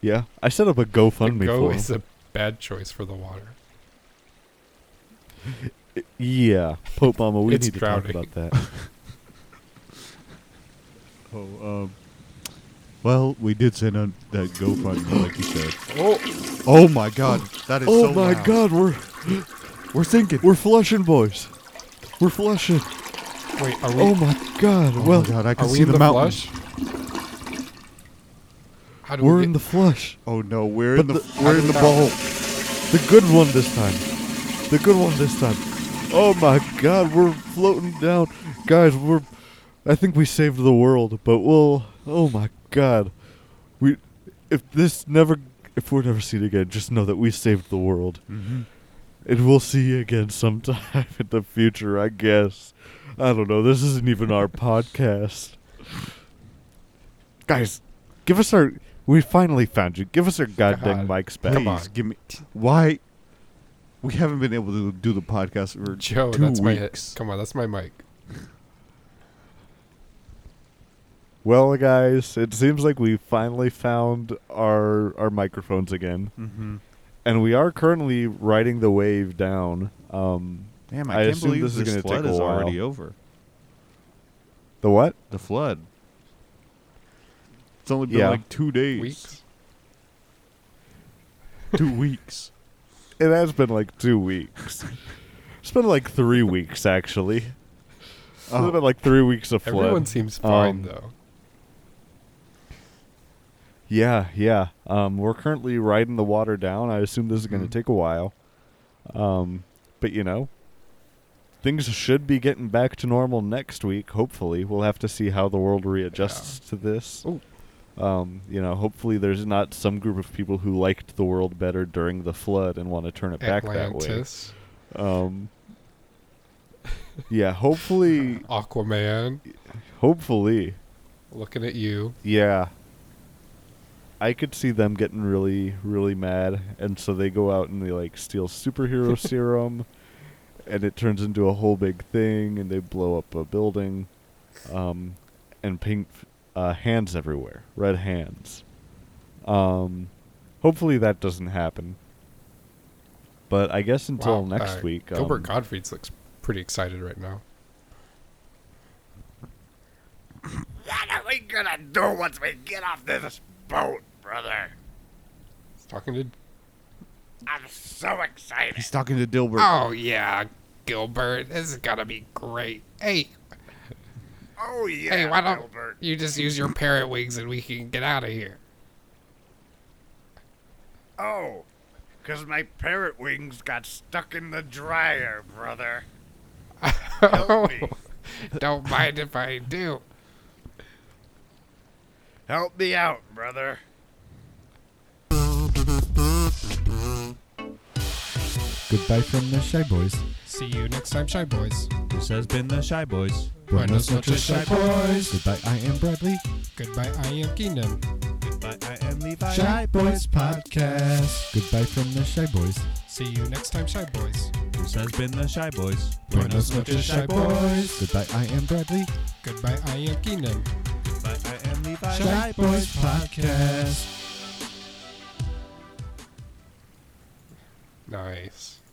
Speaker 1: yeah. I set up a GoFundMe
Speaker 2: go
Speaker 1: for him.
Speaker 2: is a bad choice for the water.
Speaker 1: Yeah, Pope Mama,
Speaker 2: *laughs*
Speaker 1: we
Speaker 2: It's
Speaker 1: need to
Speaker 2: drowning.
Speaker 1: talk about that.
Speaker 4: Oh, um, well, we did send out that GoFundMe, like you said.
Speaker 2: Oh,
Speaker 4: Oh my God, *laughs* that is
Speaker 1: oh
Speaker 4: so
Speaker 1: my
Speaker 4: loud.
Speaker 1: God, we're
Speaker 4: we're sinking.
Speaker 1: we're flushing, boys. We're flushing.
Speaker 2: wait, are we?
Speaker 1: Oh my God.
Speaker 4: Oh
Speaker 1: well,
Speaker 4: my God, I can
Speaker 2: are we
Speaker 4: see
Speaker 2: in
Speaker 4: the,
Speaker 2: the
Speaker 4: mountain.
Speaker 2: flush? How do
Speaker 1: we're
Speaker 2: we
Speaker 1: in
Speaker 2: get-
Speaker 1: the flush.
Speaker 4: Oh no, we're in
Speaker 1: But
Speaker 4: the,
Speaker 1: the-
Speaker 4: we're in the bowl.
Speaker 1: The good one this time. The good one this time. Oh my God, we're floating down, guys. We're. I think we saved the world, but we'll. Oh my God, we. If this never, if we're never seen again, just know that we saved the world.
Speaker 4: Mm-hmm.
Speaker 1: And we'll see you again sometime *laughs* in the future, I guess. I don't know. This isn't
Speaker 2: *laughs*
Speaker 1: even our podcast. Guys, give us our. We finally found you. Give us our goddamn
Speaker 2: God,
Speaker 1: mics back.
Speaker 2: come on.
Speaker 4: Please give me why. We haven't been able to do the podcast for
Speaker 2: *laughs* Joe?
Speaker 4: two
Speaker 2: that's my
Speaker 4: weeks.
Speaker 2: Come on, that's my mic.
Speaker 1: Well, guys, it seems like we finally found our our microphones again,
Speaker 4: Mm-hmm.
Speaker 1: and we are currently riding the wave down. Um,
Speaker 4: Damn,
Speaker 1: I
Speaker 4: I, can't
Speaker 1: assume
Speaker 4: believe
Speaker 1: this is
Speaker 4: this
Speaker 1: gonna
Speaker 4: flood
Speaker 1: take a
Speaker 4: is already
Speaker 1: while.
Speaker 4: over.
Speaker 1: the what?
Speaker 4: The flood. It's only been
Speaker 1: Yeah.
Speaker 4: like two days.
Speaker 2: Weeks.
Speaker 4: Two weeks.
Speaker 1: It has been like two weeks. it's been like three weeks actually.
Speaker 4: Oh.
Speaker 1: It's been like three weeks of flood.
Speaker 2: Everyone seems fine
Speaker 1: Um,
Speaker 2: though.
Speaker 1: Yeah, yeah. Um, we're currently riding the water down. I assume this is going to
Speaker 4: Mhm.
Speaker 1: take a while. Um, but you know, things should be getting back to normal next week. Hopefully, we'll have to see how the world readjusts to this.
Speaker 2: Ooh.
Speaker 1: Um, you know, hopefully there's not some group of people who liked the world better during the flood and want to turn it
Speaker 2: Atlantis,
Speaker 1: back that way. Um, yeah, hopefully,
Speaker 2: Aquaman,
Speaker 1: hopefully,
Speaker 2: looking at you.
Speaker 1: yeah. I could see them getting really, really mad, and so they go out and they like
Speaker 4: *laughs*
Speaker 1: steal superhero serum, and it turns into a whole big thing, and they blow up a building, um, and paint uh, hands everywhere, red hands. Um, hopefully that doesn't happen. But I guess until
Speaker 2: Wow,
Speaker 1: next
Speaker 2: uh,
Speaker 1: week,
Speaker 2: Gilbert
Speaker 1: um,
Speaker 2: Gottfried's looks pretty excited right now.
Speaker 6: What are we gonna do once we get off this boat, brother?
Speaker 2: He's talking to.
Speaker 6: I'm so excited.
Speaker 4: He's talking to Dilbert.
Speaker 2: Oh yeah, Gilbert, this is gonna be great. Hey,
Speaker 6: Oh yeah,
Speaker 2: hey, why don't
Speaker 6: Gilbert.
Speaker 2: you just use your parrot wings and we can get out of here?
Speaker 6: Oh, 'cause my parrot wings got stuck in the dryer,
Speaker 1: *laughs*
Speaker 6: brother.
Speaker 1: Oh.
Speaker 6: Help me.
Speaker 2: *laughs* Don't mind if I do.
Speaker 6: Help me out, brother.
Speaker 10: Goodbye from the Shy Boys.
Speaker 2: See you next time, Shy Boys.
Speaker 8: This has been the Shy Boys.
Speaker 10: Buenos noches,
Speaker 2: Buenos noches,
Speaker 10: Shy
Speaker 2: Shy
Speaker 10: Boys.
Speaker 2: Boys.
Speaker 10: Goodbye, I am Bradley.
Speaker 2: Goodbye, I am Keenan.
Speaker 8: Goodbye, I am Levi.
Speaker 10: Shy Boys Podcast. Goodbye from the Shy Boys.
Speaker 2: See you next time, Shy Boys.
Speaker 8: This has been the Shy Boys.
Speaker 2: Buenos noches, Shy Boys.
Speaker 10: Goodbye, I am Bradley.
Speaker 2: Goodbye, I am Keenan.
Speaker 8: Goodbye, I am Levi.
Speaker 10: Shy Boys Podcast.
Speaker 2: Nice.